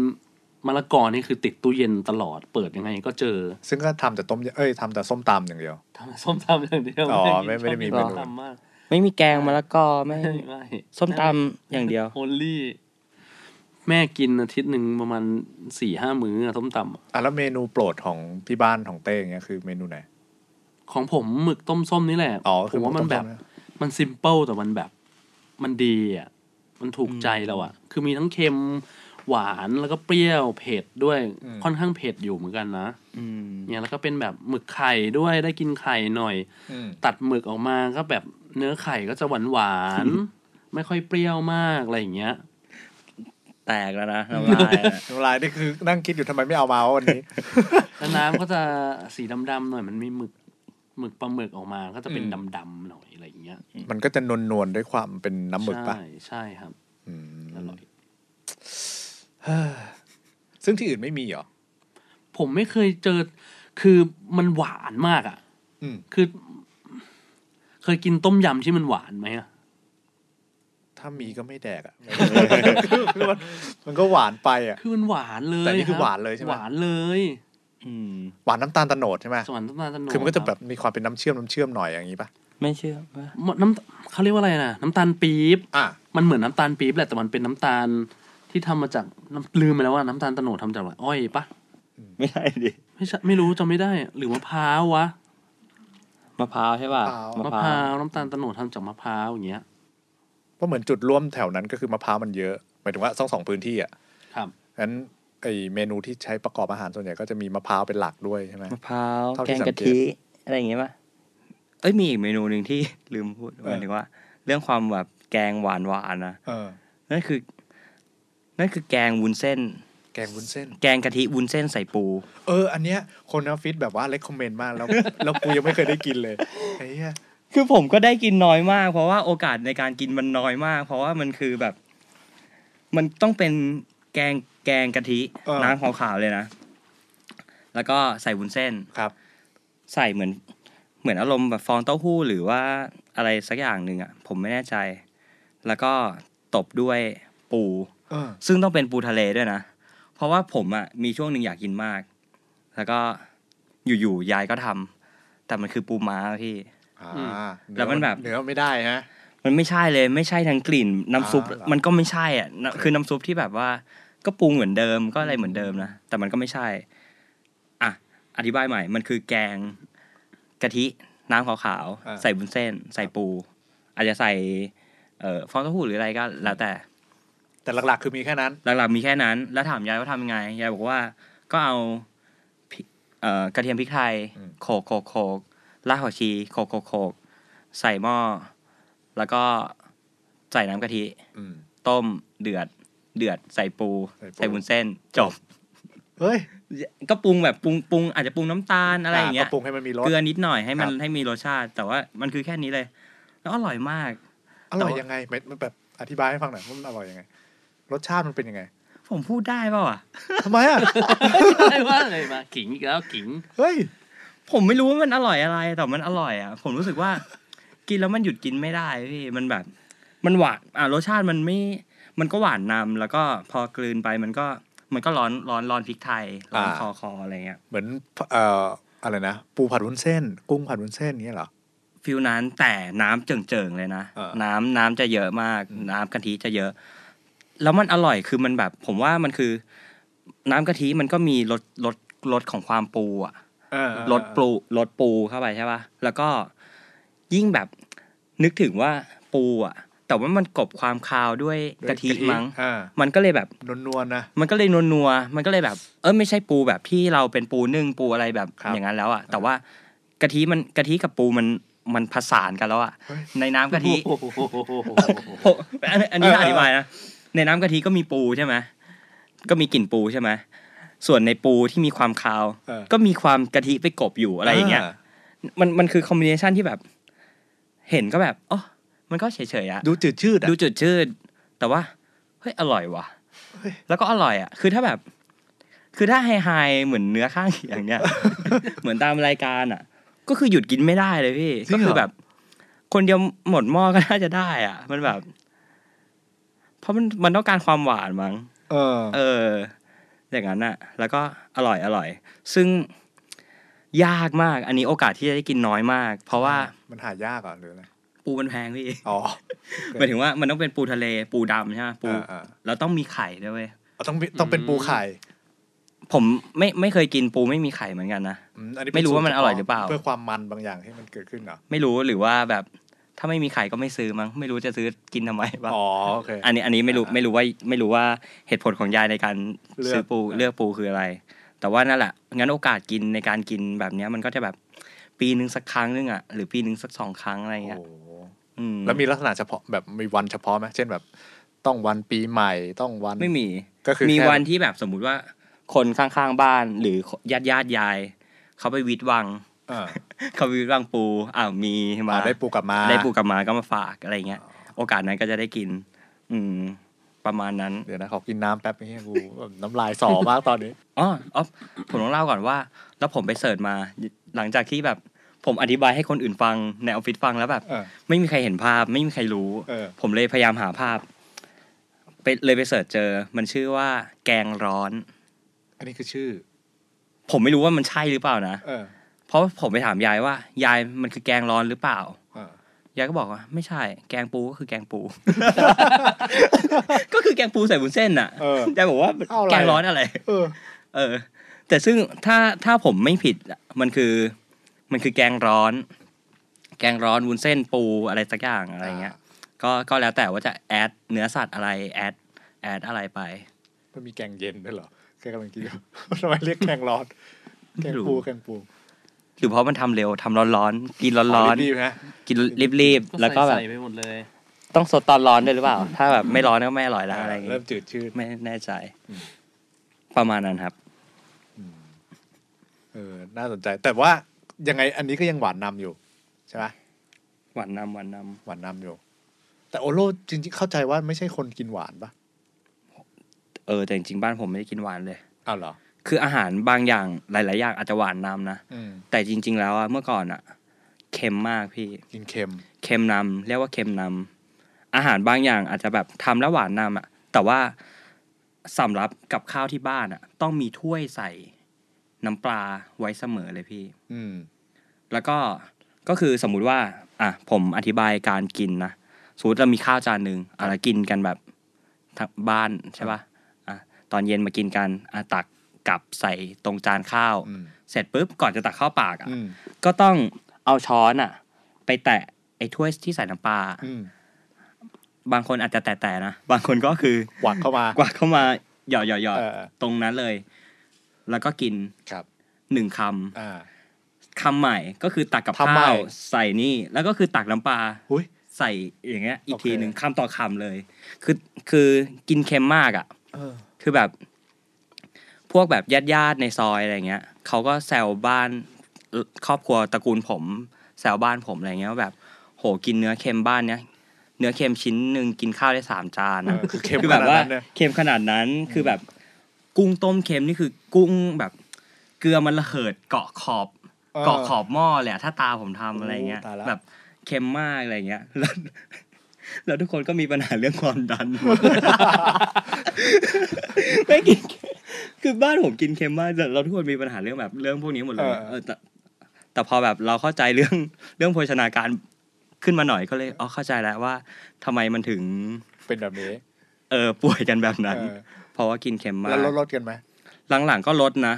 D: มะละกอนี่คือติดตู้เย็นตลอดเปิดยังไงก็เจอ
B: ซึ่งก็ทำแต่ต้มยำเอ้ยทำแต่ส้มตำอย่างเดียว
D: ทำส้มตำอย่างเดียว
B: อ๋อ
D: กิน
B: ไม่ไม่ได้มี
D: ชอบ
B: เม
D: กิ
B: นู
D: ส้ตำมาก
C: ไม่มีแกงมะละกอไม่
D: ไม่ไม่
C: ส้มตำอย่างเดียว
D: โอลี่ แม่กินอาทิตย์หนึ่งประมาณสี่ห้ามื้ออะส้มตำอะ
B: อ่ะแล้วเมนูโปรดของพี่บ้านของเต้อย่างเงี้ยคือเมนูไหน
D: ของผมหมึกต้มส้มนี่แหละ
B: อ๋อ
D: ผ
B: คือ
D: มว่ามันแบบ
B: ต้มส้มนะ
D: มันซิมเ l ิลแต่มันแบบ มันดีอ่ะ มันถูกใจเราอ่ะ คือมีทั้งเค็มหวานแล้วก็เปรี้ยวเผ็ดด้วย
B: อืม
D: ค่อนข้างเผ็ดอยู่เหมือนกันนะ
C: อืม
D: เนี่ยแล้วก็เป็นแบบหมึกไข่ด้วยได้กินไข่หน่อย
B: อืม
D: ตัดหมึกออกมาก็แบบเนื้อไข่ก็จะหวานหวาน
B: [laughs]
D: ๆ ไม่ค่อยเปรี้ยวมากอะไรอย่างเงี้ย
C: แตกแล้วนะน้ำลายอะ
B: น้ำลายนี่คือนั่งคิดอยู่ทำไมไม่เอามาวะวันนี้
D: แล้วน้ำก็จะสีดำๆหน่อยมันมีหมึกหมึกปลาหมึกออกมาก็จะเป็น
B: อืม
D: ดำๆหน่อยอะไรอย่างเงี้ย
B: มันก็จะนวลนวลๆด้วยความเป็นน้ำหมึกปะ
D: ใช่ใช่ครับ
B: อืม
D: อร่อย
B: ซึ่งที่อื่นไม่มีเหรอ
D: ผมไม่เคยเจอคือมันหวานมากอ่ะ
B: อืม
D: คือ เคยกินต้มยำที่มันหวานไหมอะ
B: ถ้ามีก็ไม่แดกอ่ะ คือมัน [laughs] มันก็หวานไปอ่ะ
D: คือมันหวานเลย
B: แต่นี่คือ
D: รับ
B: หวานเลยใช่ไหม
D: หวานเลย
C: [laughs] อืม
B: หวานน้ำตาลตะโนดใช่ไหม
D: สวรรค์ต้นตาลตะโนด
B: คือมันก็จะ
D: รั
B: แบบมีความเป็นน้ำเชื่อมน้ำเชื่อมหน่อยอย่างนี้ปะ
C: ไม่เชื่อว่า
D: น้ำเขาเรียกว่าอะไรนะน้ำตาลปี๊บ
B: อ่ะ
D: มันเหมือนน้ำตาลปี๊บแหละแต่มันเป็นน้ำตาลที่ทำมาจากน้ำลืมไปแล้วว่าน้ำตาลโตโนดทำจากอะไรอ้อยปะ
C: ไม่ได้ดิ
D: ไม่ใช่ไม่รู้จำไม่ได้ หรือมะพร้าววะ
C: มะพร้าวใช่ป่ะ
D: มะพร้าวน้ำตาลโตโนดทำจากมะพร้าวอย่างเงี้ย
B: เพราะเหมือนจุดร่วมแถวนั้นก็คือมะพร้าวมันเยอะ หมายถึงว่าสองสองพื้นที่อ่ะ
D: ครับ
B: งั้นไอเมนูที่ใช้ประกอบอาหารส่วนใหญ่ก็จะมีมะพร้าวเป็นหลักด้วยใช่ไหม
C: มะพร้าว
B: เท่าที่
C: แกงกะ
B: สังเกต
C: ทิ อะไรอย่างเงี้ยป่ะเอ้ยมีอีกเมนูหนึ่งที่ ลืมพูดหมายถึงว่า เรื่องความแบบแกงหวานหวานๆนะ
B: เออ
C: นั่นคือ นั่นคือแกงวุ้นเส้น
B: แกงวุ้นเส้น
C: แกงกะทิวุ้นเส้นใส่ปู
B: เออ อันเนี้ยคนออฟฟิศแบบว่าเลคคอมเมนต์มากแล้ว แล้วกูยังไม่เคยได้กินเลยไอ้เหี้ย
C: คือผมก็ได้กินน้อยมาก เพราะว่าโอกาสในการกินมันน้อยมาก เพราะว่ามันคือแบบ มันต้องเป็นแกงแกงกะทิ
B: เออ
C: น้ำขาวๆเลยนะ แล้วก็ใส่วุ้นเส้น
B: ครับ
C: ใส่เหมือน เหมือนอารมณ์แบบฟองเต้าหู้หรือว่าอะไรสักอย่างหนึ่งอ่ะ ผมไม่แน่ใจ แล้วก็ตบด้วยปู
B: เออ
C: ซึ่งต้องเป็นปูทะเลด้วยนะ เพราะว่าผมอ่ะมีช่วงหนึ่งอยากกินมาก แล้วก็อยู่ๆยายก็ทำแต่มันคือปูม้าพี่
B: อ่า
D: อืม
B: เอ
C: แล้วมันแบบ
B: เนื้อไม่ได้ฮะ
C: มันไม่ใช่เลยไม่ใช่ทั้งกลิ่นน้ำซุป
B: อ่าเหรอ
C: มันก็ไม่ใช่อ่ะน้ำคือน้ำซุปที่แบบว่า ก็ปรุงเหมือนเดิมก็อะไรเหมือนเดิมนะแต่มันก็ไม่ใช่อ่ะอธิบายใหม่ มันคือแกงกะทิน้ำขาว
B: อ่า
C: ๆใส่บุนเส้น ใส่ปู อาจจะใส่เอ่อฟองเต้าหู้หรืออะไรก็แล้วแต่
B: แต่หลักๆ คือมีแค่นั้น
C: หลักๆมีแค่นั้น แล้วถามยายว่าทำยังไง ยายบอกว่าก็เอาพริกเอ่อกระเทียมพริกไทย
B: อืม
C: โขกโขกโขกรากผักชีโขกโขกโขกใส่หม้อ แล้วก็ใส่น้ำกะทิ
B: อืม
C: ต้มเดือด เดือดใส่ปู
B: ใส่ปู
C: ใส่บุนเส้น จบ
B: เฮ้ย
C: ก็ปรุงแบบปรุงปรุงอาจจะปรุงน้ำตาลอะไรอย่างเงี้ย
B: ก็ปรุงให้มันมีรส
C: เกลือนิดหน่อยให้มัน
B: ครับ
C: ให้มีรสชาติ แต่ว่ามันคือแค่นี้เลย แล้วอร่อยมาก
B: อร่อยยังไงมันมันแบบอธิบายให้ฟังหน่อยว่ามันอร่อยยังไง รสชาติมันเป็นยังไง
C: ผมพูดได้เปล่าวะ
B: ทำไมอ่ะ
D: [laughs] ใช่ว่าอะไรมาขิงอีกแล้วขิง
B: เฮ้ย
C: ผมไม่รู้ว่ามันอร่อยอะไรแต่มันอร่อยอ่ะ ผมรู้สึก
B: [laughs]
C: ว่า กินแล้วมันหยุดกินไม่ได้พี่มันแบบ มันหวานอ่ะรสชาติมันไม่ มันก็หวานนำแล้วก็พอกลืนไปมันก็มันก็ร้อนร้อนร้อนพริกไทยร้อน
B: อ่า
C: คอคออะไรเงี้ย
B: เหมือนเอ่ออะไรนะปูผัดวุ้นเส้น กุ้งผัดวุ้นเส้นนี้ยเหรอ
C: ฟิลนั้นแต่น้ำเจิ่งเจิงๆเลยนะ
B: เออ
C: น้ำน้ำจะเยอะมาก น้ำกะทิจะเยอะ แล้วมันอร่อยคือมันแบบ ผมว่ามันคือ น้ำกะทิมันก็มีรสรสรสของความปูอ่ะ ลดปูลดปูเข้าไปใช่ป่ะ แล้วก็ยิ่งแบบนึกถึงว่าปูอ่ะ แต่ว่ามันกลบความคาวด้วยกะทิมั้ง
B: อ่า
C: มันก็เลยแบบ
B: นวลๆนะ
C: มันก็เลยนัวๆมันก็เลยแบบ เออไม่ใช่ปูแบบที่เราเป็นปูนึ่งปูอะไรแบบ
B: ครับ
C: อย่างนั้นแล้วอ่ะ แต่ว่ากะทิมันกะทิกับปูมันมันผสานกันแล้วอ่ะ
B: เฮ้ย
C: ในน้ำกะ
D: [laughs]
C: ทิ
D: โอ้โห
C: ผมอันอันนี้น่าอธิบายนะ ในน้ำกะทิก็มีปูใช่ไหมก็มีกลิ่นปูใช่ไหมส่วนในปูที่มีความคาว
B: เออ
C: ก็มีความกะทิไปกลบอยู่อะไรอย่างเงี้ย มันมันคือคอมบิเนชันที่แบบ เห็นก็แบบอ๋อมันก็เฉยๆอะ
B: ดูจืดชืดอะ
C: ดูจุดชืดแต่ว่าเฮ้ยอร่อยว่ะแล้วก็อร่อยอะคือถ้าแบบ คือถ้าไฮไฮเหมือนเนื้อข้างเคียง [laughs] เนี่ย เหมือนตามรายการอะก็คือหยุดกินไม่ได้เลยพี่ก็คือแบบ คนเดียวหมดหม้อก็น่าจะได้อะมันแบบ เพราะมันมันต้องการความหวานมั้ง
B: เออ
C: เออ อย่างนั้นอะแล้วก็อร่อยอร่อย ซึ่งยากมาก อันนี้โอกาสที่จะได้กินน้อยมาก เพราะว่า
B: มันหายากอ่ะหรืออะไร
C: ปูมันแพงพี่
B: อ๋อ
C: หมายถึงว่ามันต้องเป็นปูทะเล ปูดำใช่ไหมปู
B: อ่าอ่า
C: แล้วต้องมีไข่ด้วยเว้ย
B: เอาต้องมีต้องเป็นปูไข่
C: ผมไม่ไม่เคยกินปูไม่มีไข่เหมือนกันนะ
B: อืมอันนี้
C: ไม่รู้
B: เป็
C: ว่ามันอร่อยหรือเปล่า
B: เพื่อความมันบางอย่างที่มันเกิดขึ้นเหรอ
C: ไม่รู้หรือว่าแบบถ้าไม่มีไข่ก็ไม่ซื้อมั้ง ไม่รู้จะซื้อกินทำไมบ้าง
B: อ๋อโอเค
C: อันนี้อันนี้ไม่รู้ไม่รู้ว่าไม่รู้ว่าเหตุผลของยายในการ
B: เลือก
C: ซื้อปู
B: อ่า
C: เลือกปูคืออะไร แต่ว่านั่นแหละงั้นโอกาสกินในการกินแบบเนี้ยมันก็จะแบบปีหนึ่งสักครั้งนึงอ่ะหรือปีหนึ่งสักสองครั้งอะไร
B: โอ้
C: เงี้ย
B: โห
C: อืม
B: แล้วมีลักษณะเฉพาะแบบมีวันเฉพาะไหมเช่นแบบ ต้องวันปีใหม่ต้องวัน
C: ไม่มี
B: ก็คือ
C: มี
B: แค่
C: วันที่แบบสมมุติว่า คนข้างๆบ้านหรือญาติญาติๆยาย เขาไปวิทย์วัง [laughs]
B: เออ
C: เขาไปวิทย์วังปูอ้าวมีมา
B: อ่ะได้ปูกลับมา
C: ได้ปูกลับมาก็มาฝากอะไรเงี้ย โอกาสนั้นก็จะได้กิน อืม ประมาณนั้น
B: เดี๋ยวนะขอกินน้ำแป๊บนี้ยกูแบบน้ำลายสอมากตอนนี้
C: อ๋อออฟผมต้องเล่าก่อนว่า แล้วผมไปเสิร์ชมา หลังจากที่แบบผมอธิบายให้คนอื่นฟังในออฟฟิศฟังแล้วแบบ
B: เออ
C: ไม่มีใครเห็นภาพ ไม่มีใครรู้
B: เออ
C: ผมเลยพยายามหาภาพ ไปเลยไปเสิร์ชเจอ มันชื่อว่า แกงร้อน
B: อันนี้คือชื่อ
C: ผมไม่รู้ว่ามันใช่หรือเปล่านะ
B: เออ
C: เพราะผมไปถามยายว่า ยายมันคือแกงร้อนหรือเปล่า
B: เออย
C: ายก็บอกว่าไม่ใช่ แกงปูก็คือแกงปู
B: [laughs]
C: ก็คือแกงปูใส่บุนเส้นน่ะ
B: เออ
C: ยายบอกว่า
B: เอาอะไร
C: แกงร้อนอะไร
B: เออ
C: เออ แต่ซึ่งถ้าถ้าผมไม่ผิดอะมันคือ มันคือแกงร้อน แกงร้อนวุ้นเส้นปูอะไรสักอย่างอะไรเงี้ย ก็ก็แล้วแต่ว่าจะแอดเนื้อสัตว์อะไรแอดแอดอะไรไป
B: มันมีแกงเย็นด้วยเหรอแกกำลังกินอยู่ ทำไมเรียกแกงร้อน แกงปูแกงปู
C: หรือเพราะมันทำเร็วทำร้อนๆกินร้อน
B: ดีบๆนะ
C: ๆกินรีบๆแล้วก็แบบ
D: ใส่ไปหมดเลย
C: ต้องสดตอนร้อนด้วยหรือเปล่า ถ้าแบบไม่ร้อนก็ไม่อร่อยแล้วอะไรเงี้ย
B: เริ่มจืดชืด
C: ไม่แน่ใจ
B: อืม
C: ประมาณนั้นครับ
B: เออ น่าสนใจ แต่ว่ายังไงอันนี้ก็ยังหวานนำอยู่ ใช่ไหม
C: หวานนำหวานน
B: หวานนำอยู่ แต่โอโร่จริงๆ เข้าใจว่าไม่ใช่คนกินหวานปะ
C: ำเออแต่จริงๆบ้านผมไม่ได้กินหวานเลย
B: อ้าวเหรอ
C: คืออาหารบางอย่างหลาย ๆ อย่างอาจจะหวานนำนะ
B: อืม
C: แต่จริง ๆ แล้วอะเมื่อก่อนอะเค็มมากพี่
B: กินเค็ม
C: เค็มนำเรียกว่าเค็มนำอาหารบางอย่างอาจจะแบบทำแล้วหวานนำอะแต่ว่าสำหรับกับข้าวที่บ้านอะต้องมีถ้วยใส่น้ำปลาไว้เสมอเลยพี่
B: อืม
C: แล้วก็ก็คือสมมุติว่า อ่ะผมอธิบายการกินนะสมมติเรามีข้าวจานหนึ่งอ่ะเรากินกันแบบทั้งบ้านใช่ป่ะอ่ะตอนเย็นมากินกันอ่ะตักกลับใส่ตรงจานข้าว
B: อืม
C: เสร็จปุ๊บก่อนจะตักเข้าปากอ่ะ
B: อืม
C: ก็ต้องเอาช้อนอ่ะ ไปแตะไอ้ถ้วยที่ใส่น้ำปลา
B: อืม
C: บางคนอาจจะแตะๆนะบางคนก็คือ
B: หวักเข้ามา
C: กวาดเข้ามาหยอดหยอดหยอด
B: เออ
C: ตรงนั้นเลย แล้วก็กิน
B: ครับ
C: หนึ่งค
B: อ่า
C: ำคำใหม่ก็คือตักกับ
B: คำใหม่
C: ข้าวใส่นี่ แล้วก็คือตักน้ำปลา
B: หุ้ย
C: ใส่อย่างเงี้ยอีก
B: โอเค
C: ทีหนึ่งคำต่อคำเลย คือคือกินเค็มมากอ่ะ
B: เออ
C: คือแบบ พวกแบบญาติญาติๆในซอยอะไรเงี้ยเขาก็แซวบ้านเอ่อครอบครัวตระกูลผมแซวบ้านผมอะไรเงี้ยว่าแบบ โหกินเนื้อเค็มบ้านเนี้ยเนื้อเค็มชิ้นหนึ่งกินข้าวได้สามจานนะ
B: เออคือเค็ม
C: แบบว่า
B: ขนาดนั้นเนี่ย
C: เค็มขนาดนั้นคือแบบ กุ้งต้มเค็มนี่คือกุ้งแบบเกลือมันระเหิดเกาะขอบเกาะขอบหม้อเลยอะถ้าตาผมทำอะไรเงี้ย
B: โอ้ตายละ
C: แบบเค็มมากอะไรเงี้ยแล้ว [laughs] แล้วทุกคนก็มีปัญหาเรื่องความดัน [laughs] ไม่กินเค็มคือบ้านผมกินเค็มมากแต่เราทุกคนมีปัญหาเรื่องแบบเรื่องพวกนี้หมดเลย
B: เออ
C: เออแต่แต่พอแบบเราเข้าใจเรื่อง [laughs] เรื่องโภชนาการขึ้นมาหน่อยก็เลยอ๋อเข้าใจแล้วว่าทำไมมันถึง
B: เป็นแบบนี้
C: เออป่วยกันแบบนั้น
B: เออ
C: เพราะว่ากินเค็มมา
B: แล้ว
C: ก
B: ลดลดกันไหม
C: หลังๆก็ลดนะ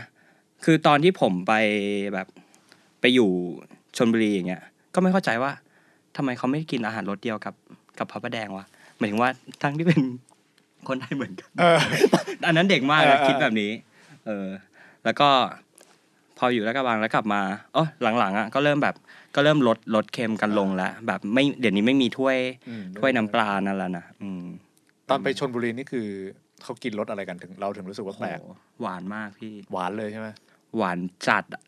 C: คือตอนที่ผมไปแบบ ไปอยู่ชนบุรีอย่างเงี้ย ก็ไม่เข้าใจว่าทำไมเขาไม่กินอาหารรสเดียวกับกับพระประแดงวะ หมายถึงว่าทั้งที่เป็นคนไทยเหมือนกัน
B: เออ
C: อันนั้นเด็กมากนะ
B: เออ
C: คิดแบบนี้ เออ แล้วก็พออยู่แล้วกระบังแล้วกลับมาเอ๋อหลังๆอ่ะก็เริ่มแบบก็เริ่มลดลดเค็มกันลงแล้วแบบไม่เดี๋ยวนี้ไม่มีถ้วย
B: อืม
C: ถ้วยน้ำปลานั่นแล้วนะอืม
B: ตอนไปชนบุรีนี่คือเขากินรสอะไรกันถึงเราถึงรู้สึกว่าแปลก
C: โหหวานมากพี่
B: หวานเลยใช่ไหม
C: หวานจัดอะ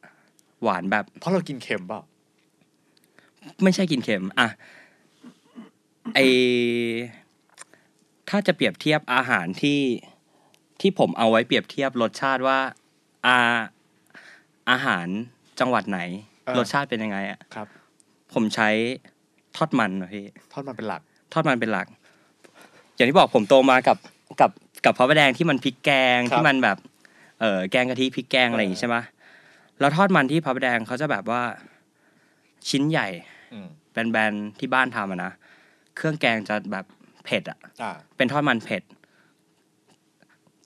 C: หวานแบบ
B: เพราะเรากินเค็มเปล่า
C: ไม่ใช่กินเค็ม อ่ะ ไอถ้าจะเปรียบเทียบอาหารที่ที่ผมเอาไว้เปรียบเทียบรสชาติว่าอาอาหารจังหวัดไหน
B: เออ
C: รสชาติเป็นยังไงอ่ะ
B: ครับ
C: ผมใช้ทอดมันนะพี่
B: ทอดมันเป็นหลัก
C: ทอดมันเป็นหลัก อย่างที่บอกผมโตมากับกับกับพระประแดงที่มันพริกแกง
B: ครับ
C: ที่มันแบบ เออแกงกะทิพริกแกงอะไรอย่างงี้ใช่ไหมแล้วทอดมันที่พระประแดงเขาจะแบบว่าชิ้นใหญ่
B: อืม
C: แบนๆที่บ้านทำอะนะเครื่องแกงจะแบบเผ็ดอะ
B: อ่า
C: เป็นทอดมันเผ็ด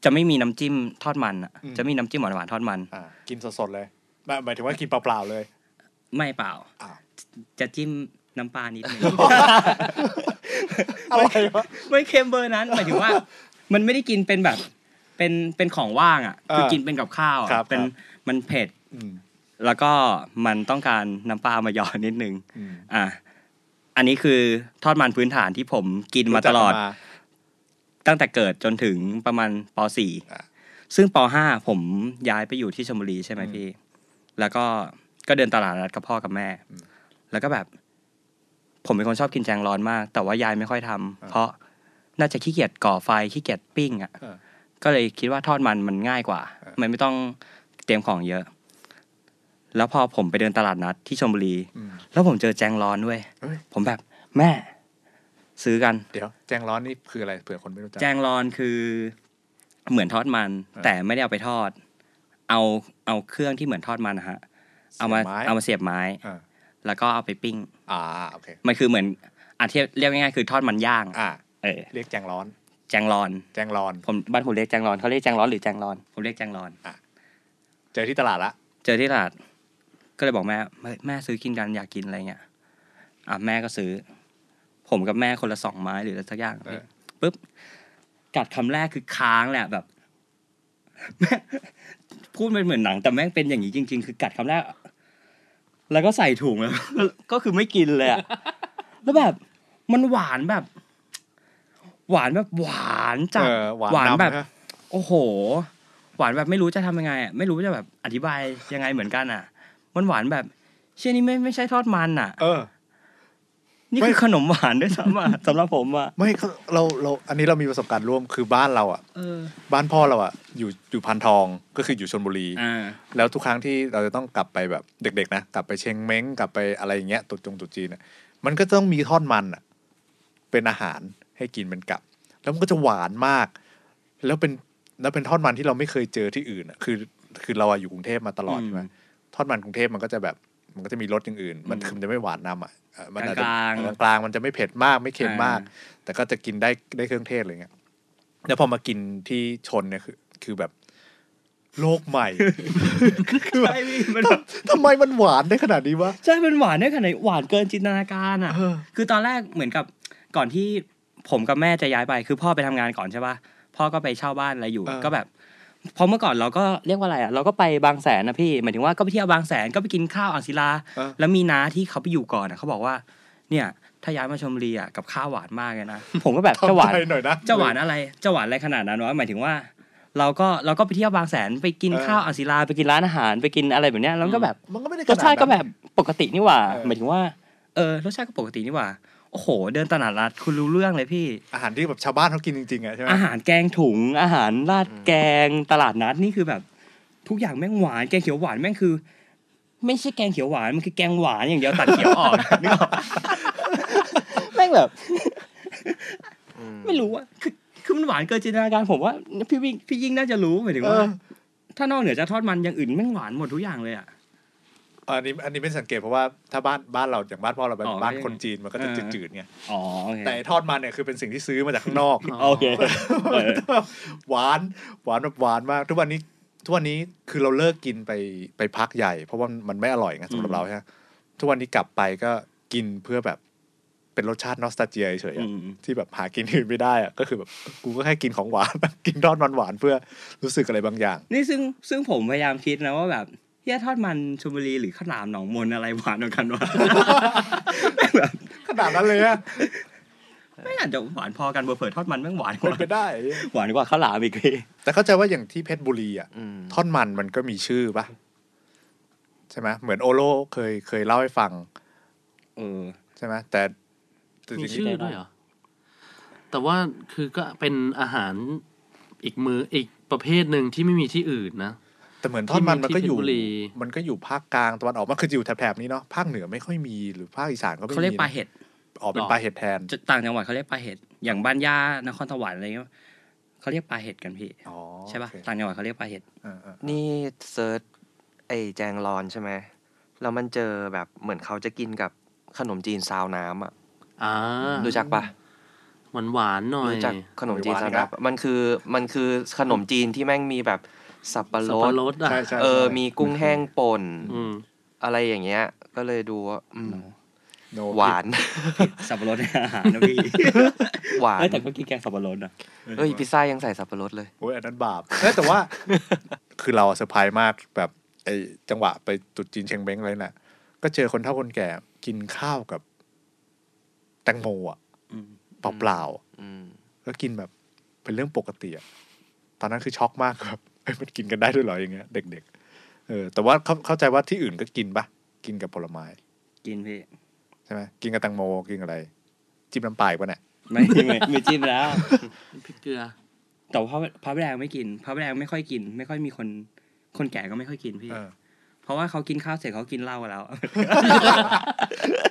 C: จะไม่มีน้ำจิ้มทอดมันอะ
B: อืม
C: จะไมมีน้ำจิ้มหวานๆทอดมัน
B: อ่า กินสดๆเลยหมายหมายถึงว่ากินเปล่าๆเลย
C: ไม่เปล่า
B: อ้าว
C: จะจิ้มน้ำปลานิดนึง [laughs]
B: อะไรวะ
C: ไม่เค็มเบอร์นั้นหมายถึงว่า มันไม่ได้กินเป็นแบบ เป็นเป็นของว่างอ่ะ คือ
B: เออ
C: กินเป็นกับข้าวอะ
B: ครับ
C: เป็น
B: ครับ
C: มันเผ็ด
B: อืม
C: แล้วก็มันต้องการน้ำปลามาหยอดนิดนึง
B: อืม
C: อ่ะอันนี้คือทอดมันพื้นฐานที่ผมกินมาตลอด
B: รู้จักกันมา
C: ตั้งแต่เกิดจนถึงประมาณป
B: อ่ะ
C: .4 ซึ่งป .5 ผมย้ายไปอยู่ที่ชลบุรีใช่ไหมพี่ แล้วก็ก็เดินตลาดนัดกับพ่อกับแม่ แล้วก็แบบ ผมเป็นคนชอบกินแจงร้อนมาก แต่ว่ายายไม่ค่อยทำเพราะน่าจะขี้เกียจก่อไฟขี้เกียจปิ้งอ่ะ
B: อ่ะ
C: ก็เลยคิดว่าทอดมันมันง่ายกว่า มันไม่ต้องเตรียมของเยอะ แล้วพอผมไปเดินตลาดนัดที่ชลบุรี
B: อืม
C: แล้วผมเจอแจงร้อนด้วย
B: เฮ้ย
C: ผมแบบแม่ ซื้อกัน
B: เดี๋ยว แจงร้อนนี่คืออะไร เผื่อคนไม่รู้จัก
C: แจงรอนคือเหมือนทอดมัน แต่ไม่ได้เอาไปทอด เอาเอาเครื่องที่เหมือนทอดมันนะฮะ เอามา
B: เสียบไม้
C: เอามาเสียบไม้
B: อ่า
C: แล้วก็เอาไปปิ้ง
B: อ่า โอเค
C: มันคือเหมือนอาเทียบเรียกง่ายๆคือทอดมันย่าง
B: อ่า
C: เออ
B: เรียกแจงร้อน
C: แจงรอน
B: แจงร้อน
C: ผมบ้านผมเรียกแจงรอนเขาเรียกแจงรอนหรือแจงรอนผมเรียกแจงรอน
B: เจอที่ตลาดละ
C: เจอที่ตลาดก็เลยบอกแม่แม่แม่ซื้อกินกันอยากกินอะไรเงี้ยอ่ะแม่ก็ซื้อ ผมกับแม่คนละสองไม้หรืออะไรสักอย่าง
B: เออ
C: ปุ๊บกัดคำแรกคือค้างแหละแบบ [laughs] แม่พูดเป็นเหมือนหนัง แต่แม่งเป็นอย่างนี้จริง ๆ คือกัดคำแรก แล้วก็ใส่ถุงแล้ว [laughs] ก็คือไม่กินเลยอะแล้วแบบ มันหวานแบบ หวานแบบหวานจัด
B: เออหวานนำ
C: แบบ
B: นะ
C: โอ้โห หวานแบบไม่รู้จะทำยังไงอ่ะไม่รู้จะแบบอธิบายยังไงเหมือนกันอ่ะ มันหวานแบบ เชื่อนี่ไม่ไม่ใช่ทอดมันอ่ะ
B: เออ
C: นี่คือขนมหวานด้วยซ้ำอ่ะ [laughs] สำหรับผมอ่ะ
B: ไม่เขาเราเราอันนี้เรามีประสบการณ์ร่วมคือบ้านเราอ่ะ
C: เออ
B: บ้านพ่อเราอ่ะอยู่อยู่พันทองก็คืออยู่ชนบุรี
C: อ่า
B: แล้วทุกครั้งที่เราจะต้องกลับไปแบบเด็กๆนะกลับไปเชยงเม้งกลับไปอะไรอย่างเงี้ยตุดจงตุดจีนน่ะมันก็ต้องมีทอดมันอ่ะเป็นอาหารให้กินเป็นกับ แล้วมันก็จะหวานมาก แล้วเป็นแล้วเป็นทอดมันที่เราไม่เคยเจอที่อื่นอ่ะคือคือเราอะอยู่กรุงเทพมาตลอด
C: อืม
B: ใช่ไหมทอดมันกรุงเทพมันก็จะแบบมันก็จะมีรสอย่างอื่น มัน
C: อืม
B: คือมันจะไม่หวานนํอ่ะเอ่อมันอาจจะ
C: กลางๆ
B: เออกลางๆมันจะไม่เผ็ดมากไม่เค็มมาก
C: อ่
B: แต่ก็จะกินได้ได้เครื่องเทศอะไรเงี้ยแล้วพอมากินที่ชนเนี่ยคือคือแบบโลกใหม่
C: ใช่พี่มันแบบ
B: ทำไมมันหวานได้ขนาดนี้วะ
C: ใช่มันหวานได้ขนาดไหนหวานเกินจินตนาการอ่ะ
B: เออ
C: คือตอนแรกเหมือนกับก่อนที่ผมกับแม่จะย้ายไป คือพ่อไปทำงานก่อนใช่ป่ะพ่อก็ไปเช่าบ้านอะไรอยู่
B: เออ
C: ก็แบบเพอเมื่อก่อนเราก็เรียกว่าอะไรอ่ะเราก็ไปบางแสนนะพี่หมายถึงว่าก็ไปเที่ยวบางแสนก็ไปกินข้าวอ่างศิลา แล้วมีน้าที่เขาไปอยู่ก่อนอ่ะเขาบอกว่า เนี่ยถ้าย้ายมาชลบุรีอ่ะกับข้าวหวานมากเลยนะ
B: [laughs]
C: ผมก็แบบจะหวาน
B: ทำใจหน่อยนะ
C: จะหวานอะไรจะหวานอะไรขนาดนั้นวะหมายถึงว่า เราก็เราก็ไปเที่ยวบางแสนไปกิน
B: เออ
C: ข้าวอ่างศิลาไปกินร้านอาหารไปกินอะไรแบบเนี้ยแล้วมันก็แบบ
B: มันก็ไม่ได้
C: ร
B: ข
C: ส
B: นด
C: ชาติก็
B: นั้น
C: แบบปกตินี่หว่า
B: เออ
C: หมายถึงว่า เออรสชาติก็ปกตินี่หว่า โอ้โห เดินตลาดนัดคุณรู้เรื่องเลยพี่
B: อาหารที่แบบชาวบ้านเขากินจริงๆอ่ะใช่ไหม
C: อาหารแกงถุง อาหารราดแกงตลาดนัดนี่คือแบบ ทุกอย่างแม่งหวานแกงเขียวหวานแม่งคือ ไม่ใช่แกงเขียวหวานมันคือแกงหวานอย่างเดียวตัดเขียวออก [laughs] นึกออกแม่งแบบ
E: อืม
C: ไม่รู้อะคือคือมันหวานเกินจินตนาการผมว่าพี่วิ่งพี่ยิ่งน่าจะรู้หมายถึง
B: เอ
C: ว่า
B: อ
C: ถ้านอกเหนือจากทอดมันอย่างอื่นแม่งหวานหมดทุกอย่างเลยอะ
B: อันนี้อันนี้เป็นสังเกตเพราะว่าถ้าบ้านบ้านเราอย่างบ้านพ่อเราเป็น
C: อ๋อ
B: บ้าน
C: ยังไง
B: คนจีนมันก็จะ
C: เออ
B: จืดๆไง
C: อ๋อโอเค
B: แต่ไอ้ทอดมันเนี่ยคือเป็นสิ่งที่ซื้อมาจากข้างนอก
C: โอเคเออ
B: [laughs] หวานหวานแบบหวานมาก ทุกวันนี้ทุกวันนี้คือเราเลิกกินไปไปพักใหญ่ เพราะว่ามันไม่อร่อยไงสำหรับ
C: อืม
B: เราใช่ไหมทุกวันนี้กลับไปก็กินเพื่อแบบเป็นรสชาตินอสตาเจียเฉยๆอะ
C: อืม
B: ที่แบบหากินที่อื่นไม่ได้อะก็คือแบบกูก็แค่กินของหวาน [laughs] กินทอดมันหวานเพื่อรู้สึกอะไรบางอย่าง
C: นี่ซึ่งซึ่งผมพยายามคิดนะว่าแบบเฮียทอดมันชลบุรีหรือข้าวหลามหนองมนอะไรหวานกว่ากันวะ แบบ
B: ขนาดนั้นเลยอะ
C: ไม่อาจจะหวานพอกันเบอร์เผยทอดมันแม่งหวานก
B: เป็ [laughs]
C: ว่าน
B: ไปได้
C: หวานกว่าข้าวหลามอีกพี่
B: แต่เข้าใจว่าอย่างที่เพชรบุรีอ่ะ
E: อืม
B: ท่อนมันมันก็มีชื่อปะใช่ไหมเหมือนโอโลเคยเคยเล่าให้ฟัง
C: เออ
B: ใช่ไหมแต่แต่
D: มี
B: ทีนี้
D: ชื่อด้วยเหรอ แต่ว่าคือก็เป็นอาหารอีกมืออีกประเภทหนึ่งที่ไม่มีที่อื่นนะ
B: แต่เหมือนท่อนมัน
D: ที่มี
B: มันก็อยู่
D: ที่เพชรบุรี
B: มันก็อยู่ภาคกลางตะวันออกมันคืออยู่แถบๆนี้เนาะภาคเหนือไม่ค่อยมีหรือภาคอีสานก็ไม่มี
C: เขาเรียกปลาเห็ด
B: ออกเป็นปลาเห็ดแทน
C: จะต่างจังหวัดเขาเรียกปลาเห็ดอย่างบ้านย่านครสวรรค์อะไรเงี้ยเขาเรียกปลาเห็ดกันพี่
B: อ๋อ
C: ใช่ป่ะ
B: โอเค
C: ต่างจังหวัดเขาเรียกปลาเห็ด
B: อ่าอ่า
E: นี่เซิร์ชไอ้แจงรอนใช่ไหมแล้วมันเจอแบบเหมือนเขาจะกินกับขนมจีนซาวน้ำอ่ะ
D: อ่า
E: รู้จักปะ
D: หวานหวานๆหน่อย
E: รู้จักขนมจีนซาวน้ำปะมันคือมันคือขนมจีนที่แม่งมีแบบสับปะร
D: สับปะร
E: ด
D: ดอ่ะ
B: ใช่ใช่
E: เออ
B: ใช่
E: มีกุ้งแห้งป่น
D: อืม
E: อะไรอย่างเงี้ย ก็เลยดูว่าอืม
B: No
E: หวาน
C: สับปะรดในอาหารนะพี่
E: หวาน
C: เอ้ยแต่ก็กินแกงสับปะรดนะ
E: เอ้ยพิซซ่ายังใส่สับปะรดเลย
B: โอ้ยอันนั้นบาป เอ้ยแต่ว่า [laughs] คือเราอะเซอร์ไพรส์มากแบบไอ้จังหวะไปตรุดจีนเชียงเบ้งเลยน่ะ ก็เจอคนเฒ่าคนแก่กินข้าวกับ แตงโมอ่ะ
C: อืม
B: เปล่าๆอะ
E: อืม
B: แล้วกินแบบเป็นเรื่องปกติอ่ะตอนนั้นคือช็อกมากครับ [laughs] เอ้ยมันกินกันได้ด้วยเหรออย่างเงี้ยเด็ก ๆ เออ แต่ว่าเขาเข้าใจว่าที่อื่นก็กินปะกินกับผลไม้
C: กินพี่
B: ใช่ไหมกินกับแตงโมกินกับอะไร จิ้มน้ำปลายปะเนี่ย
C: ไม่ไม่ไม่จิ้มแล้ว
D: พริกเกลือ
C: แต่ว่าพระพระประแดงไม่กิน พระประแดงไม่ค่อยกิน ไม่ค่อยมีคน คนแก่ก็ไม่ค่อยกินพี่
B: เออ
C: เพราะว่าเขากินข้าวเสร็จเขากินเหล้ากัน
B: [laughs]
C: แล้ว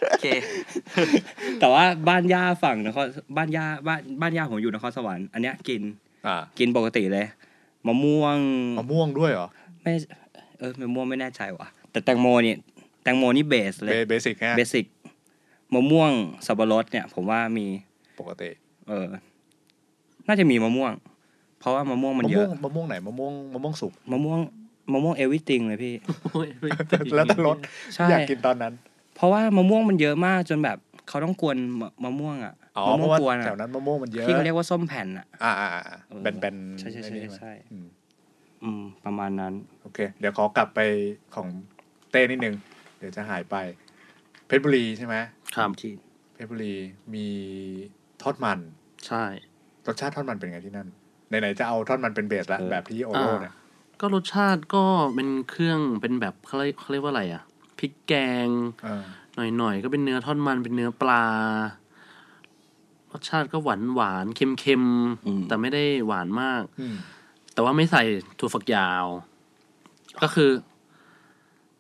E: โอเค
C: แต่ว่าบ้านย่าฝั่งนครบ้านย่าบ้านบ้านย่าผมอยู่นครสวรรค์อันเนี้ยกิน
B: อ่า
C: กินปกติเลยมะม่วง
B: มะม่วงด้วยเหรอ
C: ไม่เออมะม่วงไม่แน่ใจว่ะ แต่แตงโมเนี่ยแตงโมนี่เบสเล
B: เบ
C: ย
B: เบสิกฮะ
C: เบสิกมะม่วงสับปะรดเนี่ย ผมว่ามี
B: ปกติ
C: เออ น่าจะมีมะม่วง เพราะว่ามะม่วงมัน
B: มะ
C: เย
B: ม่ว
C: อะ
B: งมะม่วงไหนมะม่วงมะม่วงสุก
C: มะม่วงมะม่วงเอวิติงเลยพี่
D: โอ้ย
B: [laughs]
D: ไม่ติด
B: แล้วแต่รส
C: ใช่
B: อยากกินตอนนั้น
C: เพราะว่ามะม่วงมันเยอะมากจนแบบเขาต้องกวนมะมะม่วงอ่ะ
B: อ๋อ
C: มะ
B: เพ
C: ม่วง
B: ราะว่าก
C: วน
B: แถ
C: อ่ะ
B: วนั้นมะม่วงมันเยอะ
C: ที่เขาเรียกว่าส้มแผ่นอ่ะ
B: อ่าอ่าอ่าแบนแบน
C: ใช่ใช่ใช่
B: ไอ้นี่ไหม
C: ใช่
B: อืม
C: อืม ประมาณนั้น
B: โอเค เดี๋ยวขอกลับไปของเต้นิดนึง เดี๋ยวจะหายไป เพชรบุรีใช่ไหม
D: ครับ
B: เพชรบุรีมีทอดมัน
D: ใช่
B: รสชาติทอดมันเป็นไงที่นั่นไหนๆจะเอาทอดมันเป็นเบสละ
C: เออ
B: แบบที่โอ
D: อ่า
B: โร่เนี่ย
D: ก็รสชาติก็เป็นเครื่องเป็นแบบเขาเรียกเขาเรียกว่าอะไรอ่ะพริกแกง
B: เออ
D: หน่อยๆ ก็เป็นเนื้อทอดมันเป็นเนื้อปลารสชาติก็หวานหวานๆเค็ม
C: อืม
D: ๆแต่ไม่ได้หวานมาก
B: อืม
D: แต่ว่าไม่ใส่ถั่วฝักยาว ก็คือ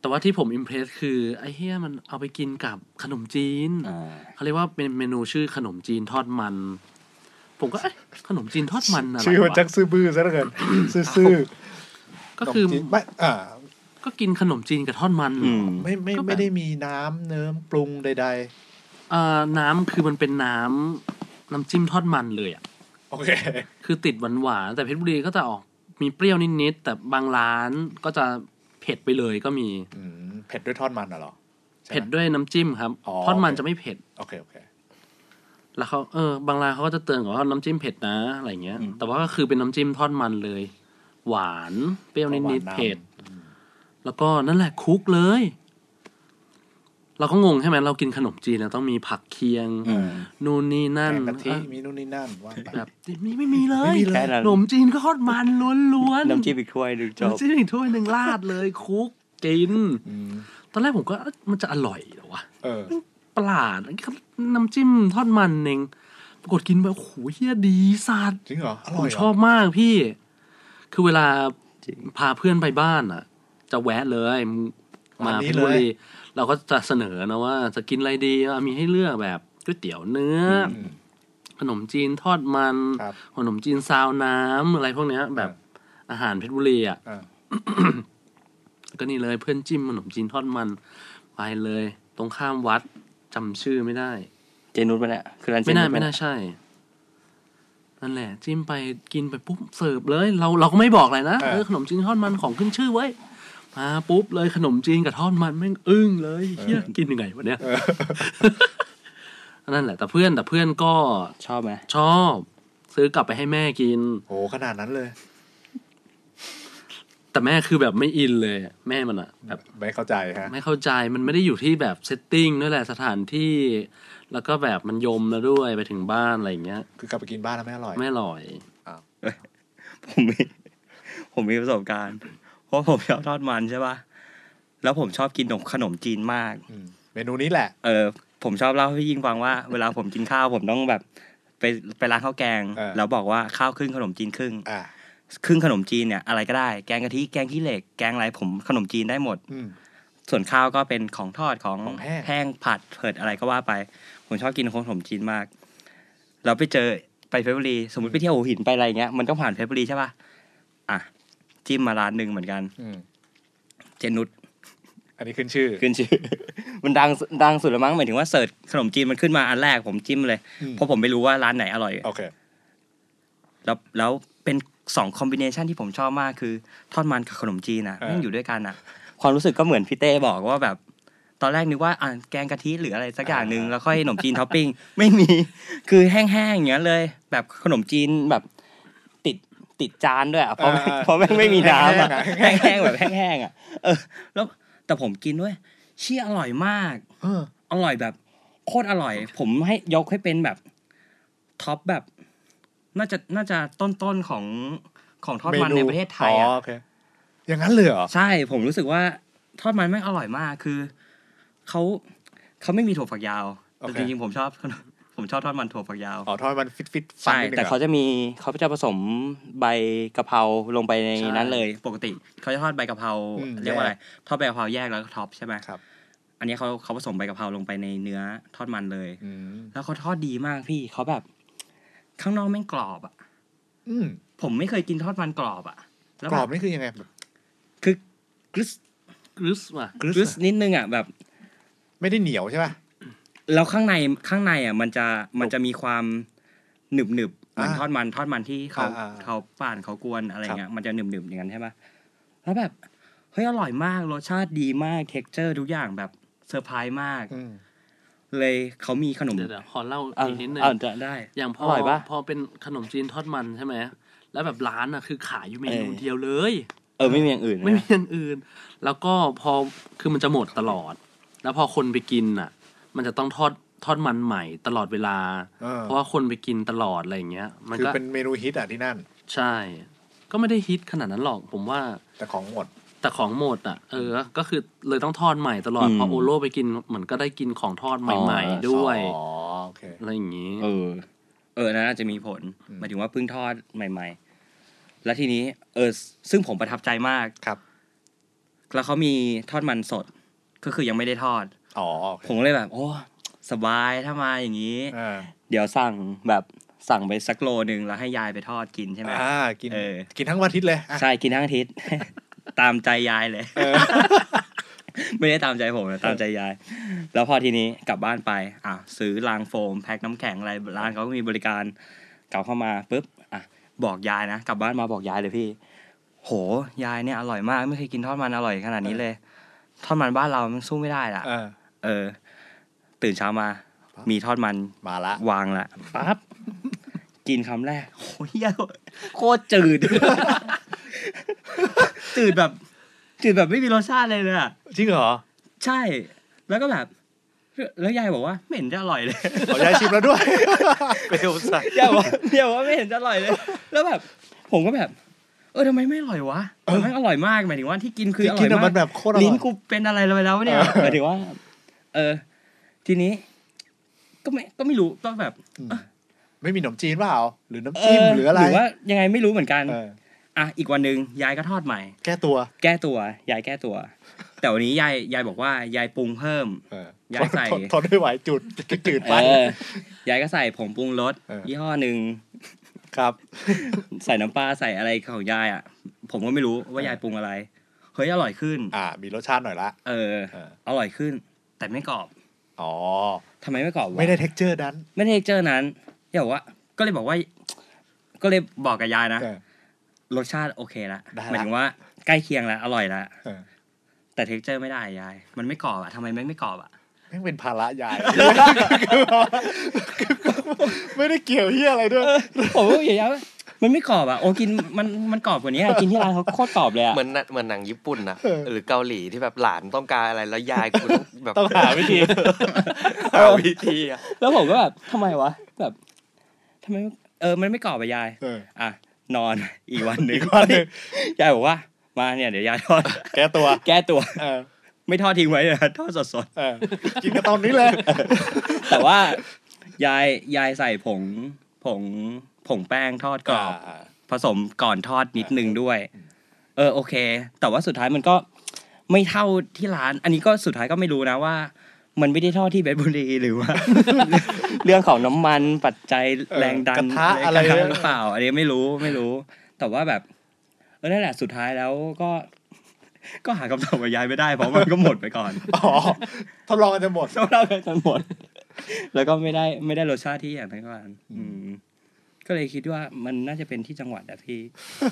D: แต่ว่าที่ผมอิมเพรสคือ ไอ้เฮียมันเอาไปกินกับขนมจีน
C: อ่า
D: เขาเรียกว่าเป็นเมนูชื่อขนมจีนทอดมัน ผมก็เอ๊ะขนมจีนทอดมันอะไร
B: ชื่อมันจั
D: วะ
B: กซื่อบื้อซะเหลือเกิน ซื่อ
D: ก็คือ
B: ขนมจีนไม่อ่า
D: ก็กินขนมจีนกับทอดมัน
C: อืม
B: ไม่ไม่ไม่ได้มีน้ำเนิ้มปรุงใด
D: เอ่อน้ำคือมันเป็นน้ำน้ำจิ้มทอดมันเลยอ่ะ
B: ๆ โอเค
D: คือติดหวานหวานๆแต่เพชรบุรีก็จะออกมีเปรี้ยวนิดๆแต่บางร้านก็จะเผ็ดไปเลยก็มี
B: อืมเผ็ดด้วยทอดมันน่ะเหรอใช่ไหม
D: เผ็ดด้วยน้ำจิ้มครับ
B: อ๋อ
D: ทอดมันจะไม่เผ็ด
B: โอเคโอเค
D: แล้วเขาเออบางร้านเขาก็จะเตือนก่อนว่าน้ำจิ้มเผ็ดนะอะไรเงี้ย
C: อืม
D: แต่ว่าก็คือเป็นน้ำจิ้มทอดมันเลย หวานเปรี้ย
B: ห
D: ว
B: วา
D: นิ
B: น
D: ด
B: นำ
D: ๆเผ็ด แล้วก็นั่นแหละคลุกเลย เราก็งงใช่ไหมเรากินขนมจีนเราต้องมีผักเคียง
C: อืม
D: นู่นนี่นั่น
B: แกงกะทิ
D: เอ้ย
B: มีนู่นนี่นั่นว่าไป
D: แบบนี่ไม่มีเล
B: ไม่
D: ย
B: มีเลย
C: แค่นั้น
D: ขนมจีนก็ทอดมันล้วนๆ
C: น้ำจิ้มอีกถ้วยหนึ่งจบ
D: น้ำจิ้มอีกถ้วยหนึ่งราดเลยคลุกกิน
B: อืม
D: ตอนแรกผมก็เอ๊ะมันจะอร่อยเหรอวะ
B: เออ
D: ประหลาดน้ำจิ้มทอดมันเองปรากฏกินไปโอ้โหเฮียดีสัตว์
B: จริงเหรอ อ
D: ผ
B: ร่อ
D: ม
B: ยเหร
D: ชอบมากพี่ คือเวลาพาเพื่อนไปบ้านอ่ะ จะแวะเลยมึงมาเพชรบุรีเราก็จะเสนอนะว่า จะกินอะไรดีอ่ะมีให้เลือกแบบก๋วยเตี๋ยวเนื้ออ
B: อืม
D: ขนมจีนทอดมัน
B: ครับ
D: ขนมจีนซาวน้ำอะไรพวกเนี้ย แบบอาหารเพชรบุรีอ่ะ
B: อ่า
D: ก็นี่เลยเพื่อนจิ้มขนมจีนทอดมันไปเลย ตรงข้ามวัดจำชื่อไม่ได้
C: เจนุสไปเนี่ยคือร้านเจ
D: ไม่
C: นุ
D: น่า
C: สปะ
D: ไม่
C: เนี่ย
D: น่าใช่ นั่นแหละ จิ้มไปกินไปปุ๊บเสิร์ฟเลย เราเราก็ไม่บอกอะไรนะเออขนมจีนทอดมันของขึ้นชื่อไว้ยมาปุ๊บเลยขนมจีนกับทอดมันแม่งอึ้งเลยเฮียกินยังไงวะเนี่ย นั่นแหละ แต่เพื่อนแต่เพื่อนก็
C: ชอบไหม
D: ชอบ ซื้อกลับไปให้แม่กิน
B: โหขนาดนั้นเลย
D: แต่แม่คือแบบไม่อินเลย แม่มันอะแบบ
B: ไม่เข้าใจฮะ
D: ไม่เข้าใจมันไม่ได้อยู่ที่แบบเซตติ้งด้วยแหละสถานที่ แล้วก็แบบมันยมแล้วด้วยไปถึงบ้านอะไรอย่างเงี้ย
B: คือกลับไปกินบ้านแล้วไม่อร่อย
D: ไม่อร่อย
C: ผมมี [laughs] ผมมีประสบการณ์ เพราะผมชอบทอดมันใช่ป่ะแล้วผมชอบกินขนมขนมจีนมาก
B: อืมเมนูนี้แหละ
C: เออผมชอบเล่าให้พี่ยิ่งฟังว่า เวลาผมกินข้าวผมต้องแบบไปไปร้านข้าวแกง
B: เออ
C: แล้วบอกว่าข้าวครึ่งขนมจีนครึ่ง
B: อ่า
C: ครึ่งขนมจีนเนี่ยอะไรก็ได้แกงกะทิแกงขี้เหล็กแกงอะไรผมขนมจีนได้หมด
B: อืม
C: ส่วนข้าวก็เป็นของทอดของ
B: ของแห้ง
C: ผัดเผิดอะไรก็ว่าไป ผมชอบกินขนมจีนมาก เราไปเจอไปเพชรบุรีสมมติไปเที่ยวหัวหินไปอะไรเงี้ยมันต้องผ่านเพชรบุรีใช่ป่ะอ่ะจิ้มมาร้านหนึ่งเหมือนกัน
B: อืม
C: เจนุช
B: อันนี้ขึ้นชื่อ
C: ขึ้นชื่อ [laughs] มันดังดังสุดแล้วมั้งหมายถึงว่าเสิร์ชขนมจีนมันขึ้นมาอันแรกผมจิ้มเลย
B: อืม
C: เพราะผมไม่รู้ว่าร้านไหนอร่อย
B: โอเค
C: แล้วแล้วเป็นสองคอมบิเนชันที่ผมชอบมากคือ ทอดมันกับขนมจีนอ่ะ
B: เออ
C: แม่งอยู่ด้วยกันอ่ะ ความรู้สึกก็เหมือนพี่เต้บอกว่าแบบ ตอนแรกนึกว่าอ่ะแกงกะทิหรืออะไรสักอย่างหนึ่งแล้วค่อยขนมจีนท็อปปิ้ง ไม่มี คือแห้งๆอย่างนั้นเลย แบบขนมจีนแบบติดติดจานด้วยอะเพราะ
B: เออ
C: เพราะแม่งไม่มีน้ำอ่ะ
B: แห้
C: แห้
B: ง
C: งๆแบบแห้งๆอ่ะเออ แล้วแต่ผมกินด้วยเชี่ยอร่อยมาก
B: เออ
C: อร่อยแบบโคตรอร่อย ผมให้ยกให้เป็นแบบท็อปแบบ น่าจะน่าจะต้นต้นๆของของทอดมันในประเทศไทย
B: อ๋
C: อ่ะ
B: อโอเค อย่างนั้นเลยเหรอ
C: ใช่ ผมรู้สึกว่า ทอดมันแม่งอร่อยมากคือเขาเขาไม่มีถั่วฝักยาว
B: โอ
C: แต่
B: เค
C: จริงๆผมชอบ [laughs] ผมชอบทอดมันถั่วฝักยาว
B: อ๋อทอดมันฟิตฟิตๆฟัน
C: ใช่
B: นิดนึง
C: แต่เขา
B: เหรอ
C: จะมีเขาจะผสมใบกะเพราลงไปใน
D: ใช่
C: นั้นเลย ปกติเขาจะทอดใบกะเพราเรียกว่าอะไรทอดใบกะเพราแยกแล้วก็ท็อปใช่ไหม
B: ครับ
C: อันนี้เขาเขาผสมใบกะเพราลงไปในเนื้อทอดมันเลย
B: อืม
C: แล้วเขาทอดดีมากพี่เขาแบบ ข้างนอกแม่งกรอบอ่ะ
B: อืม
C: ผมไม่เคยกินทอดมันกรอบอ่ะ แล้ว
B: กร
C: แบ
B: อบบ นี่คือยังไงแบบ
C: คือกรึส
D: กรึสว่ะ
C: กรึสนิดนึงอ่ะแบบ
B: ไม่ได้เหนียวใช่ป่ะ
C: แล้วข้างในข้างในอ่ะ มันจะมันจะมีความหนึบหนึบๆเหมือน
B: อ่า
C: ทอดมันทอดมันที่เขา
B: อ่าอ่า
C: เขาป่านเขากวนอะไรเงี้ยมันจะหนึบหนึบๆอย่างนั้นใช่ปะแล้วแบบเฮ้ยอร่อยมากรสชาติดีมากเท็กเจอร์ทุกอย่างแบบเซอร์ไพรส์มาก เลยเขามีขนม
D: เดี๋ยวเดี๋ยวขอเล่า
C: เอา
D: อีกนิดนึง
C: เอาจะได้
D: อย่างพอ
C: อร่อยปะ
D: พอเป็นขนมจีนทอดมันใช่ไหมแล้วแบบร้านอ่ะคือขายอยู่เมนู
C: เออ
D: เดียวเลย [laughs]
C: เออไม่มีอย่างอื่นนะ
D: ไม่มีอย่างอื่น แล้วก็พอคือมันจะหมดตลอด แล้วพอคนไปกินอ่ะ มันจะต้องทอดทอดมันใหม่ตลอดเวลา
B: เออ
D: เพราะว่าคนไปกินตลอดอะไรอย่างเงี้ย มัน
B: คือ
D: ก็
B: เป็นเมนูฮิตอ่ะที่นั่น
D: ใช่ ก็ไม่ได้ฮิตขนาดนั้นหรอก ผมว่า
B: แต่ของหมด
D: แต่ของหมดอ่ะ เออ ก็คือเลยต้องทอดใหม่ตลอด
C: อืม
D: พอโอโร่ไปกินเหมือนก็ได้กินของทอดใหม่
C: อ๋อ
D: ๆ ด้วย
B: อ๋อโอเค
D: อะไรอย่างนี้
C: เออ เออน่าจะมีผลหมายถึงว่าเพิ่งทอดใหม่ ๆ แล้วทีนี้ เออ ซึ่งผมประทับใจมาก
B: ครับ
C: แล้วเขามีทอดมันสด ก็คือยังไม่ได้ทอด
B: อ๋อโอเค
C: ผมก็เลยแบบ โอ้สบายถ้ามาอย่างนี้
B: อ่า
C: เดี๋ยวสั่งแบบสั่งไปสักโลหนึ่งแล้วให้ยายไปทอดกินใช่ไหม
B: อ่ากิน
C: เออ
B: กินทั้งวันอาทิตย์เลยอ่ะ
C: ใช่กินทั้งอาทิตย์ [laughs] ตามใจยายเลย [laughs] ไม่ได้ตามใจผมนะตามใจยาย แล้วพอทีนี้กลับบ้านไป อ่ะซื้อรางโฟมแพ็คน้ำแข็งอะไรร้านเขาก็มีบริการกลับเข้ามาปุ๊บอ่ะบอกยายนะกลับบ้านมาบอกยายเลยพี่ โหยายเนี่ยอร่อยมากไม่เคยกินทอดมันอร่อยขนาดนี้เลยทอดมันบ้านเรามันสู้ไม่ได้ล่ะ
B: อ่า
C: เออ ตื่นเช้ามา
B: ปั๊บ
C: มีทอดมัน
B: มาละ
C: วางละปั๊บกินคำแรกโอ้ยเหี้ยโคตรจืด จืดแบบ จืดแบบไม่มีรสชาติเลยเลยอะ
B: จริงเหรอ
C: ใช่ แล้วก็แบบ แล้วยายบอกว่า ไม่เห็นจะอร่อยเลย
B: ขอยายชิมแล้วด้วยเปลวใส่
C: ยายบอกยายบอกว่าไม่เห็นจะอร่อยเลย แล้วแบบ ผมก็แบบ เออทำไมไม่อร่อยวะแต่แม่งอร่อยมากหมายถึงว่าที่กินคืออร่
B: กิ
C: อน ย
B: อะ
C: มา
B: มั
C: ก
B: นแบบโคตรอร่
C: ลิ้น
B: อย
C: กูเป็นอะไรเลยแล้ววะเนี่ยหมายถึงว่า เออ ทีนี้ ก็ไม่ก็ไม่รู้ก็แบบ
B: ไม่มีขนมจีนเปล่าหรือน้ำ
C: เอ
B: จิ้ม
C: อ
B: หรืออะไร
C: หรือว่ายังไงไม่รู้เหมือนกัน
B: เออ
C: อ่ะอีกวันหนึ่งยายก็ทอดใหม่
B: แก้ตัว
C: แก้ตัวยายแก้ตัว แต่วันนี้ยายยายบอกว่ายายปรุงเพิ่ม
B: เออย
C: ายใส่
B: ทนทนไม่ไหวจุดจืดไป
C: เออยายก็ใส่ผงปรุงรส
B: เออ
C: ยี่ห้อหนึ่ง
B: ครับ
C: ใส่น้ำปลาใส่อะไรของยายอ่ะ ผมก็ไม่รู้ว่ายายปรุงอะไรเฮ้ยอร่อยขึ้น
B: อ่า มีรสชาติหน่อยละ
C: เออ
B: เออ
C: อร่อยขึ้น แต่ไม่กรอบ
B: อ๋อ
C: ทำไมไม่กรอบวะ
B: ไม่ได้เท็กเจอร์นั้น
C: ไม่ได้เจอนั้นเดี๋ยวว่า ก็เลยบอกว่า ก็เลยบอกกับยายนะ
B: เออ
C: รสชาติโอเคละ
B: ได้ละ
C: หมายถึงว่าใกล้เคียงละอร่อยละ
B: เออ
C: แต่เท็กเจอร์ไม่ได้ยาย มันไม่กรอบอะทำไมแม่งไม่กรอบอะ
B: แม่งเป็นภาระย [laughs] ายไม่ได้เกี่ยวเฮียอะไรด้วย
C: ผมก็อย่างเงี้ยว่ามันไม่กรอบอะโอ้กินมันมันกรอบกว่านี้อะกินที่ร้านเขาโคตรกรอบเลยอะ
E: เหมือนหนังเหมือนหนังญี่ปุ่นนะหรือเกาหลีที่แบบหลานต้องการอะไรแล้วยายคุณแบบ
B: ต้องหาวิธี
E: หาวิธีอะ
C: แล้วผมก็แบบทำไมวะแบบทำไมเออมันไม่กรอบอะยาย
B: เออ
C: อ่ะนอน อีกวันหนึ่
B: อี
C: ง
B: กวันหนึ่ง
C: ยายบอกว่า มาเนี่ยเดี๋ยวยายทอด
B: แก้ตัว
C: แก้ตัว
B: เออ
C: ไม่ทอดทิ้งไว้นะทอดสดๆ
B: เออกินกันตอนนี้เลย
C: แต่ว่ายายยายใส่ผงผงผงแป้งทอดกรอบ ผสมก่อนทอดนิดนึงด้วย เออโอเค แต่ว่าสุดท้ายมันก็ไม่เท่าที่ร้าน อันนี้ก็สุดท้ายก็ไม่รู้นะว่า มันไม่ได้ทอดที่เพชรบุรี
B: [laughs]
C: หรือว่า เรื่องของน้ำมันปัจจัย
B: เออ
C: แรงดัน
B: กระทะอะไร
C: กทหรือเปล่า อันนี้ไม่รู้ไม่รู้ แต่ว่าแบบ เออนั่นแหละสุดท้ายแล้วก็ [laughs] ก็หาคำตอบกับยายไม่ได้เพราะมันก็หมดไปก่อน
B: อ๋อทดลองกันจะ
C: [laughs]
B: หมด
C: ต้องเล่าไปจนหมด แล้วก็ไม่ได้ไม่ได้รสชาติที่อย่างนั้นก่อนอืม ก็เลยคิดว่ามันน่าจะเป็นที่จังหวัดอะพี่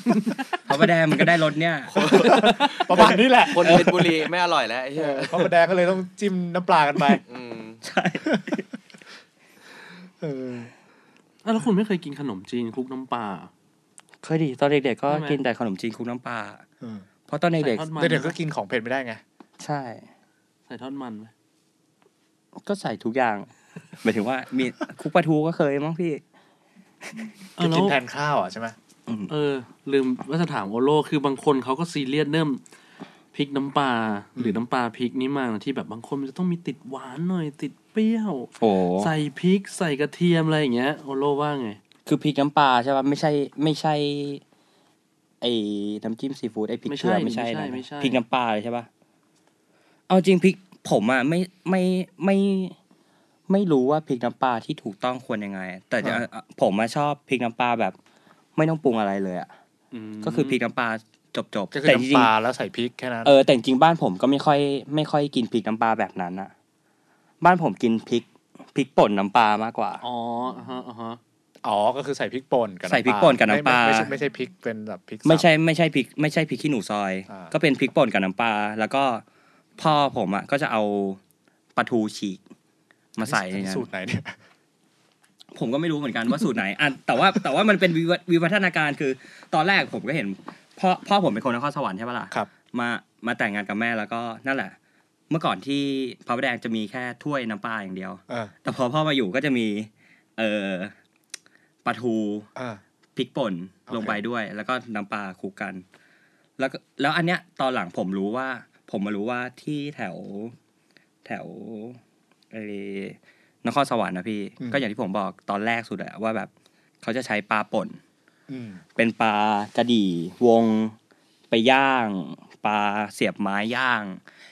C: [laughs] เพราะว่าแดงมันก็ได้รสเนี่ย
B: ประมาณนี้แหละ
E: คนเพชรบุรีไม่อร่อยแล้วไอ้เหี้ย
B: เพราะประแดงก็เลยต้องจิ้มน้ำปลากันไป
E: ม
C: [laughs] ใช่
B: เออ
D: แล้วคุณไม่เคยกินขนมจีนคลุกน้ำปลา
C: เคยดีตอนเด็กๆก็
D: ใช่ไหม
C: กินแต่ขนมจีนคลุกน้ำปลา
B: เออ
C: เพราะตอน
D: ใส่
C: เด็ก
D: ทอดมัน
B: แต่เดี๋ยวก็กินของเผ็ดไม่ได้ไง
C: ๆใช่
D: ใส่ทอดมันไหม
C: ก็ใส่ทุกอย่างหมายถึงว่ามี [laughs] คลุกปลาทูก็เคยมั้งพี่
D: เอ
B: จะ
D: อแล้
B: กิน
D: ว
B: แทนข้าวอ่ะใช่ไหม
D: เออ ลืมว่าจะถามโอโร่คือบางคนเขาก็ซีเรียสเริ่มพริกน้ำปลาหรือน้ำปลาพริกนี่มากนะที่แบบบางคนมันจะต้องมีติดหวานหน่อยติดเปรี้ยว
C: โอ้
D: ใส่พริกใส่กระเทียมอะไรอย่างเงี้ยโอโร่ว่าไง
C: คือพริกน้ำปลาใช่ป่ะไม่ใช่ ไม่ใช่ ไอ้น้ำจิ้มซีฟู้ดไอ้พริก
D: ไม่
C: เก
D: ใช่
C: ลือไม่ใช่นะ
D: ไม่ใช่
C: พริกน้ำปลาเลยใช่ป่ะเอาจริงพริกผมอ่ะไม่ไม่ไม่ไม่รู้ว่าพริกน้ำปลาที่ถูกต้องควรยังไง แต่จะผมมาชอบพริกน้ำปลาแบบ ไม่ต้องปรุงอะไรเลยอ่ะก็คือพริกน้ำปลาจบจบ
B: ก็
C: ๆ
B: คือ
C: แต่จ
B: น้ำ
C: ริ
B: ป
C: ง
B: ลาแล้วใส่พริกแค่นั้น
C: ๆเออแต่จริงๆบ้านผมก็ไม่ค่อย ไม่ค่อยกินพริกน้ำปลาแบบนั้นอ่ะ บ้านผมกินพริกพริกป่นน้ำปลามากกว่า
D: อ๋ออ่าฮะอ่าฮะ
B: อ๋อ ก็คือใส่พริกป่นกับำลา
C: ใส่พริกป่นกับน้ำปลา
B: ไม่ไม่ใช่ไม่ใช่พริกเป็นแบบพริกสับ
C: ไม่ใช่ไม่ใช่พริกไม่ใช่พริกขี้หนูซอย
B: อ่า
C: ก็เป็นพริกป่นกับน้ำปลาแล้วก็พ่อผมอ่ะก็จะเอาปลาทูฉีก มาใส่ในนั้น
B: สูตรไหนเนี่ย
C: ผมก็ไม่รู้เหมือนกันว่าสูตรไหนอ่ะแต่ว่าแต่ว่ามันเป็นวิวัฒวิวัฒนาการคือ ตอนแรกผมก็เห็นพ่อพ่อผมเป็นคนนครสวรรค์ใช่ปะล่ะ
B: ครับ
C: มามาแต่งงานกับแม่แล้วก็นั่นแหละ เมื่อก่อนที่พระประแดงจะมีแค่ถ้วยน้ำปลาอย่างเดียว
B: เออ
C: แต่พอพ่อมาอยู่ก็จะมี เอ่อปลาทู
B: เออ
C: พริกป่น
B: โอเค
C: ลงไปด้วย แล้วก็น้ำปลาคลุกกัน แล้วก็แล้วอันเนี้ยตอนหลังผมรู้ว่า ผมมารู้ว่าที่แถวแถวเออนครสวรรค์นะพี่
B: อืม
C: ก็อย่างที่ผมบอกตอนแรกสุดอะว่าแบบเขาจะใช้ปลาป่น
B: อืม
C: เป็นปลากระดี่วงไปย่าง ปลาเสียบไม้ย่าง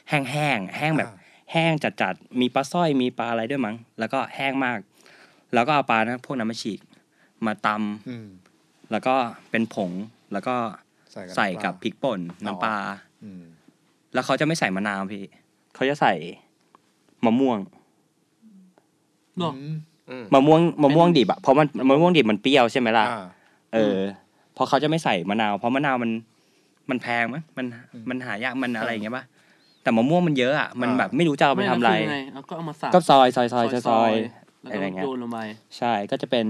C: แห้งๆแห้งแบบ
B: อ่า
C: แห้งจัดๆมีปลาสร้อยมีปลาอะไรด้วยมั้งแล้วก็แห้งมาก แล้วก็เอาปลานะพวกนั้นมาฉีกมาต
B: อืม
C: ำแล้วก็เป็นผงแล้วก็
B: ใส่บ
C: ใส่กับ
B: น้ำป
C: พริกป่นน้ำปลา
B: าอืม
C: แล้วเขาจะไม่ใส่มะนาวพี่เขาจะใส่มะม่วง
D: หรอ
B: อืม
E: อืม
C: มะม่วงมะม่วงดิบอะเพราะมันมะม่วงดิบมันเปรี้ยวใช่ไหมล่ะ
B: อ่า
C: เอออเพราะเขาจะไม่ใส่มะนาว เพราะมะนาวมันมันแพงมั้ยมัน
B: อืม
C: มันหายากมันอะไรอย่างเงี้ยป่ะแต่มะม่วงมันเยอะอ่ะมันแบบไม่รู้จะเอาไปทำอะไร
D: ม่แล้วคืยังงเอาก็เอามาสับ
C: ก็ซอยซอยซอยซอยซอย
D: แล้ว
C: อะไร
D: ก็
C: เงี้ย
D: โยนลงไป
C: ใช่ก็จะเป็น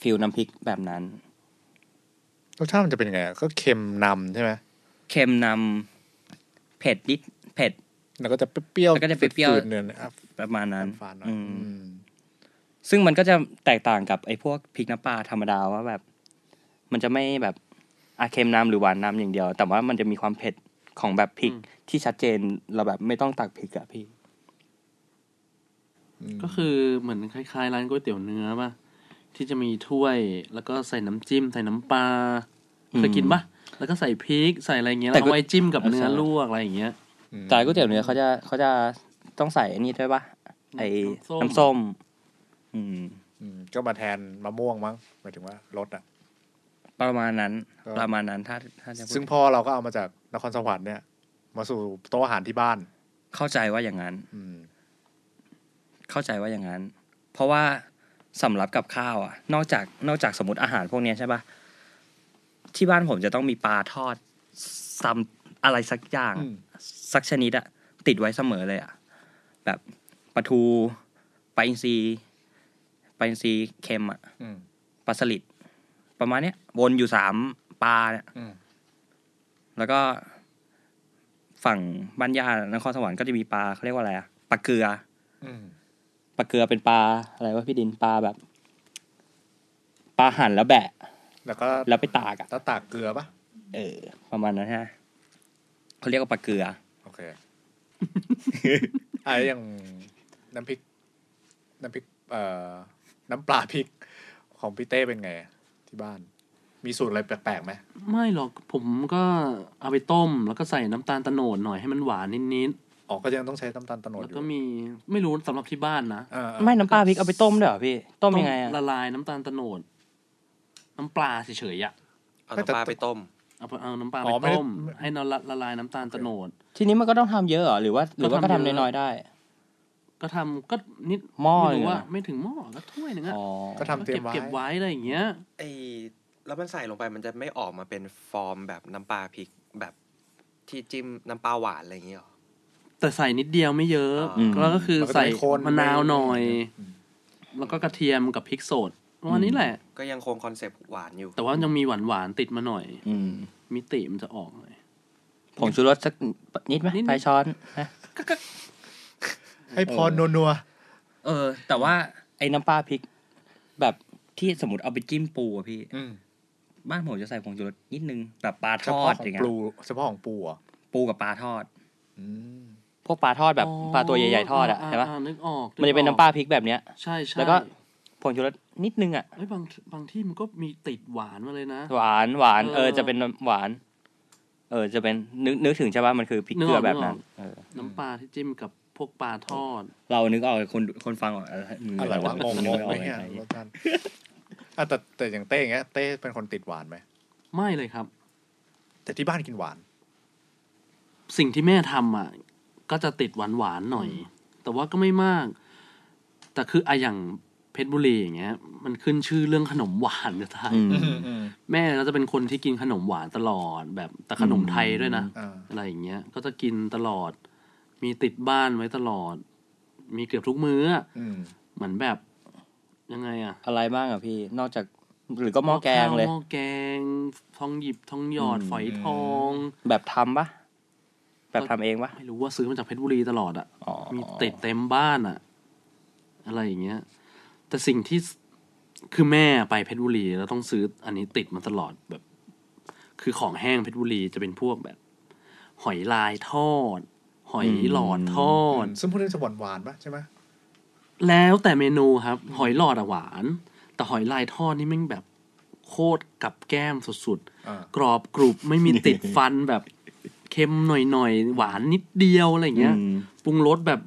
C: ฟิลน้ำพริกแบบนั้น
B: รสชาติมันจะเป็นยังไงอะก็เค็มนำใช่ไหม
C: เค็มนำเผ็ดนิดเผ็ด
B: แล้วก็จะเปรี้ยวๆ
C: แล้วก็จะเปรี้ยวๆ
B: ฝืดๆเนื้อนะครับ
C: ประมาณนั้น
B: ฝาดๆหน่อย
C: อืม
B: อืม
C: ซึ่งมันก็จะแตกต่างกับไอ้พวกพริกน้ำปลาธรรมดาว่าแบบ มันจะไม่แบบอาเค็มนำหรือหวานนำอย่างเดียว แต่ว่ามันจะมีความเผ็ดของแบบพริกที่ชัดเจนเราแบบไม่ต้องตักพริกอะพี่
B: ม
D: ก็คือเหมือนคล้ายๆร้านก๋วยเตี๋ยวเนื้อป่ะที่จะมีถ้วยแล้วก็ใส่น้ำจิ้ม ใส่น้ำปลา
C: อืม
D: เคยกินป่ะแล้วก็ใส่พริกใส่อะไรเงี้ย
C: แต่
D: แล้
C: ก็
D: วเอาไว้จิ้มกับ
C: เออ
D: เนื้อ
C: ใช่
D: ลวกอะไรอย่างเงี้ย
B: ม
C: จานก๋วยเตี๋ยวเนื้อเขาจะเขาจะต้องใส่อันนี้ด้วยปะไอ้
D: น้ำ
C: น้ำ
D: ส้
C: ส้
D: ม
C: ม อืม
B: อืมก็มาแทนมะม่วงมั้งหมายถึงว่ารสอ่ะ
C: ประมาณนั้น
B: ครับ
C: ประมาณนั้นถ้าถ้าจะพูด
B: ซึ่งพ่อเราก็เอามาจากนครสวรรค์เนี่ย มาสู่โต๊ะอาหารที่บ้าน
C: เข้าใจว่าอย่างนั้น
B: อืม
C: เข้าใจว่าอย่างนั้น เพราะว่าสำหรับกับข้าวอ่ะ นอกจากนอกจากสมมติอาหารพวกเนี้ยใช่ปะที่บ้านผมจะต้องมีปลาทอดซัมอะไรสักอย่าง
B: อืม
C: สักชนิดอะติดไว้เสมอเลยอะแบบปลาทูปลาอินทรีปลาอินทรีเค็มอะ
B: อืม
C: ปลาสลิดประมาณเนี้ยวนอยู่สามปลาเนี่ย
B: อืม
C: แล้วก็ฝั่งบ้านญาตินครสวรรค์ก็จะมีปลาเขาเรียกว่าอะไรอะปลาเกลือ
B: อืม
C: ปลาเกลือเป็นปลาอะไรวะพี่ดินปลาแบบปลาหั่นแล้วแบะ
B: แล้วก็
C: แล้วไปตากอะ
B: แล้วตากเกลือปะ
C: เออ ประมาณนั้นฮะเขาเรียกว่าปลาเกลือ
B: โอเค ไอ้อย่างน้ำพริก น้ำพริก เอ่อ น้ำปลาพริก ของพี่เต้เป็นไงอะที่บ้าน มีสูตรอะไรแปลกๆไหม
D: ไม่หรอกผมก็เอาไปต้ม แล้วก็ใส่น้ำตาลตะโนดหน่อยให้มันหวานนิด
B: อ๋อก็ยังต้องใช้น้ำตาลตะโน
D: ๆ
B: ด
D: แล้
B: อ
D: ว
B: ยู่
D: ก็มีไม่รู้สำหรับที่บ้านนะ
B: อ่าๆ
C: ไม่น้ำปลาพริกเอาไปต้มด้วยเหรอพี่ ต้มยังไงอะ
D: ละลายน้ำตาลตะโนดน้ำปลาเฉยๆอ่ะ
E: เอาน้ำปลาไปต้ม
D: เอาไปเอาน้ำปลา
B: อ๋
D: ไป
B: อไม่ได้
D: ต้ม
B: ไม่
D: ให้นละละลายน้ำตาลตะโนด
C: ทีนี้มันก็ต้องทำเยอะเหรอหรือว่า หรือว่า
D: ก็
C: ก็
D: ทำ
C: ทำ
D: เยอะ
C: น้อยๆได้
D: ก็ทำก็นิด
C: หม้อ
D: ไม่
C: เลย
D: รู้
C: นะ
D: ว่าไม่ถึงหม้อก็ถ้วยหนึงอะ
C: อ๋อ
B: ก็ทำเตรียมไว้
D: ก็บเก็บไว้อะไรอย่างเงี้ย
E: ไอแล้วมันใส่ลงไปมันจะไม่ออกมาเป็นฟอร์มแบบน้ำปลาพริกแบบที่จิ้มน้ำปลาหวานอะไรอย่างเงี้ยหรอ
D: แต่ใส่นิดเดียวไม่เยอะ
E: อืม
D: แล้วก็คือ
B: มันก็จะ
D: ใส่
B: ไม่ข้น
D: มะนาวหน่อย
B: อืม
D: แล้วก็กระเทียมกับพริกสดวันนี้แหละ
E: ก็ยังคงคอนเซปต์หวานอยู่
D: แต่ว่ายังมีหวานหวานๆติดมาหน่อย
C: อืม
D: มิติมันจะออกหน่อย
C: ผงชูรสสักนิดไหม
D: นิดนึง
C: ปลายช้อนนะ
B: ให้พอนัว
C: เออ แต่ว่าไอ้น้ำปลาพริก แบบที่สมมติเอาไปจิ้มปูอะพี่
B: ๆอืม
C: บ้านผมจะใส่ผงชูรสนิดนึงแบบปลา
B: เฉ
C: ทอ
B: พาะ
C: ด
B: ขอ
C: อย่างงเงี้
B: ปู
C: ย
B: เฉพาะของปูอ่ะ
C: ปูกับปลาทอด
B: อืม
C: พวกปลาทอดแบบปลาตัวใหญ่ๆทอดอะใช่ปะ
D: าๆนึกออก
C: มันจะเป็น
D: กออก
C: น้ำปลาพริกแบบเนี้ย
D: ใช่ใช่
C: แล้วก็ ผงชูรสนิดนึงอะ
D: เอ้ยบางบางที่มันก็มีติดหวานมาเลยนะ
C: หวานหวานเออ
D: เออ
C: จะเป็นหวาน เออ จะเป็นนึกนึกถึงใช่ปะมันคือพริกเกลือ
D: นึกออก
C: แบบนั้นเออ
D: น้ำปลาที่จิ้มกับพวกปลาทอด
C: เรานึกออกคนคนฟังออกเออมึง
B: อะไรวะงง
C: นึก
B: ง
C: ไม่ออก
B: ไหมเนี่ย
C: อะไรอย่าง
B: ร
C: เงี้ย
B: สชาติอ่ะแต่แต่อย่างเต้อย่างเงี้ยเต้เป็นคนติดหวานไหม
D: ไม่เลยครับ
B: แต่ที่บ้านกินหวาน
D: สิ่งที่แม่ทำอ่ะ ก็จะติดหวานหวานๆหน่อย แต่ว่าก็ไม่มาก แต่คืออะอย่างเพชรบุรีอย่างเงี้ย มันขึ้นชื่อเรื่องขนมหวานจะทาย
C: อืม
D: แม่ก็จะเป็นคนที่กินขนมหวานตลอด แบบแต่ขนมไทยด้วยนะ
B: อ่า
D: อะไรอย่างเงี้ย ก็จะกินตลอด มีติดบ้านไว้ตลอด มีเกือบทุกมื้ออะ
B: อืม
D: เหมือนแบบ ยังไงอะ
C: อะไรบ้างอะพี่ นอกจากหรือก็หม้อแกงเลย
D: หม้อแกง ทองหยิบทองหยอด
C: อืม
D: ฝอยทอง
C: แบบทำปะแบบทำเองปะ
D: ไม่รู้ว่าซื้อมาจากเพชรบุรีตลอดอะ
C: อ๋อ
D: มีติดเต็มบ้านอะอะไรอย่างเงี้ย แต่สิ่งที่คือแม่ไปเพชรบุรีแล้วต้องซื้ออันนี้ติดมาตลอดแบบ คือของแห้งเพชรบุรีจะเป็นพวกแบบ หอยลายทอด หอยหลอดทอด
B: ซึ่งพวกนี้จะหวานหวานๆปะใช่ไหม
D: แล้วแต่เมนูครับ หอยหลอดอะหวาน แต่หอยลายทอดนี่แม่งแบบโคตรกับแก้มสุด
B: อ่า
D: ๆ กรอบกรุบไม่มีติดฟันแบบเค็มหน่อยๆ หวานนิดเดียวอะไรอย่างเงี้ย ปรุงรสแบบ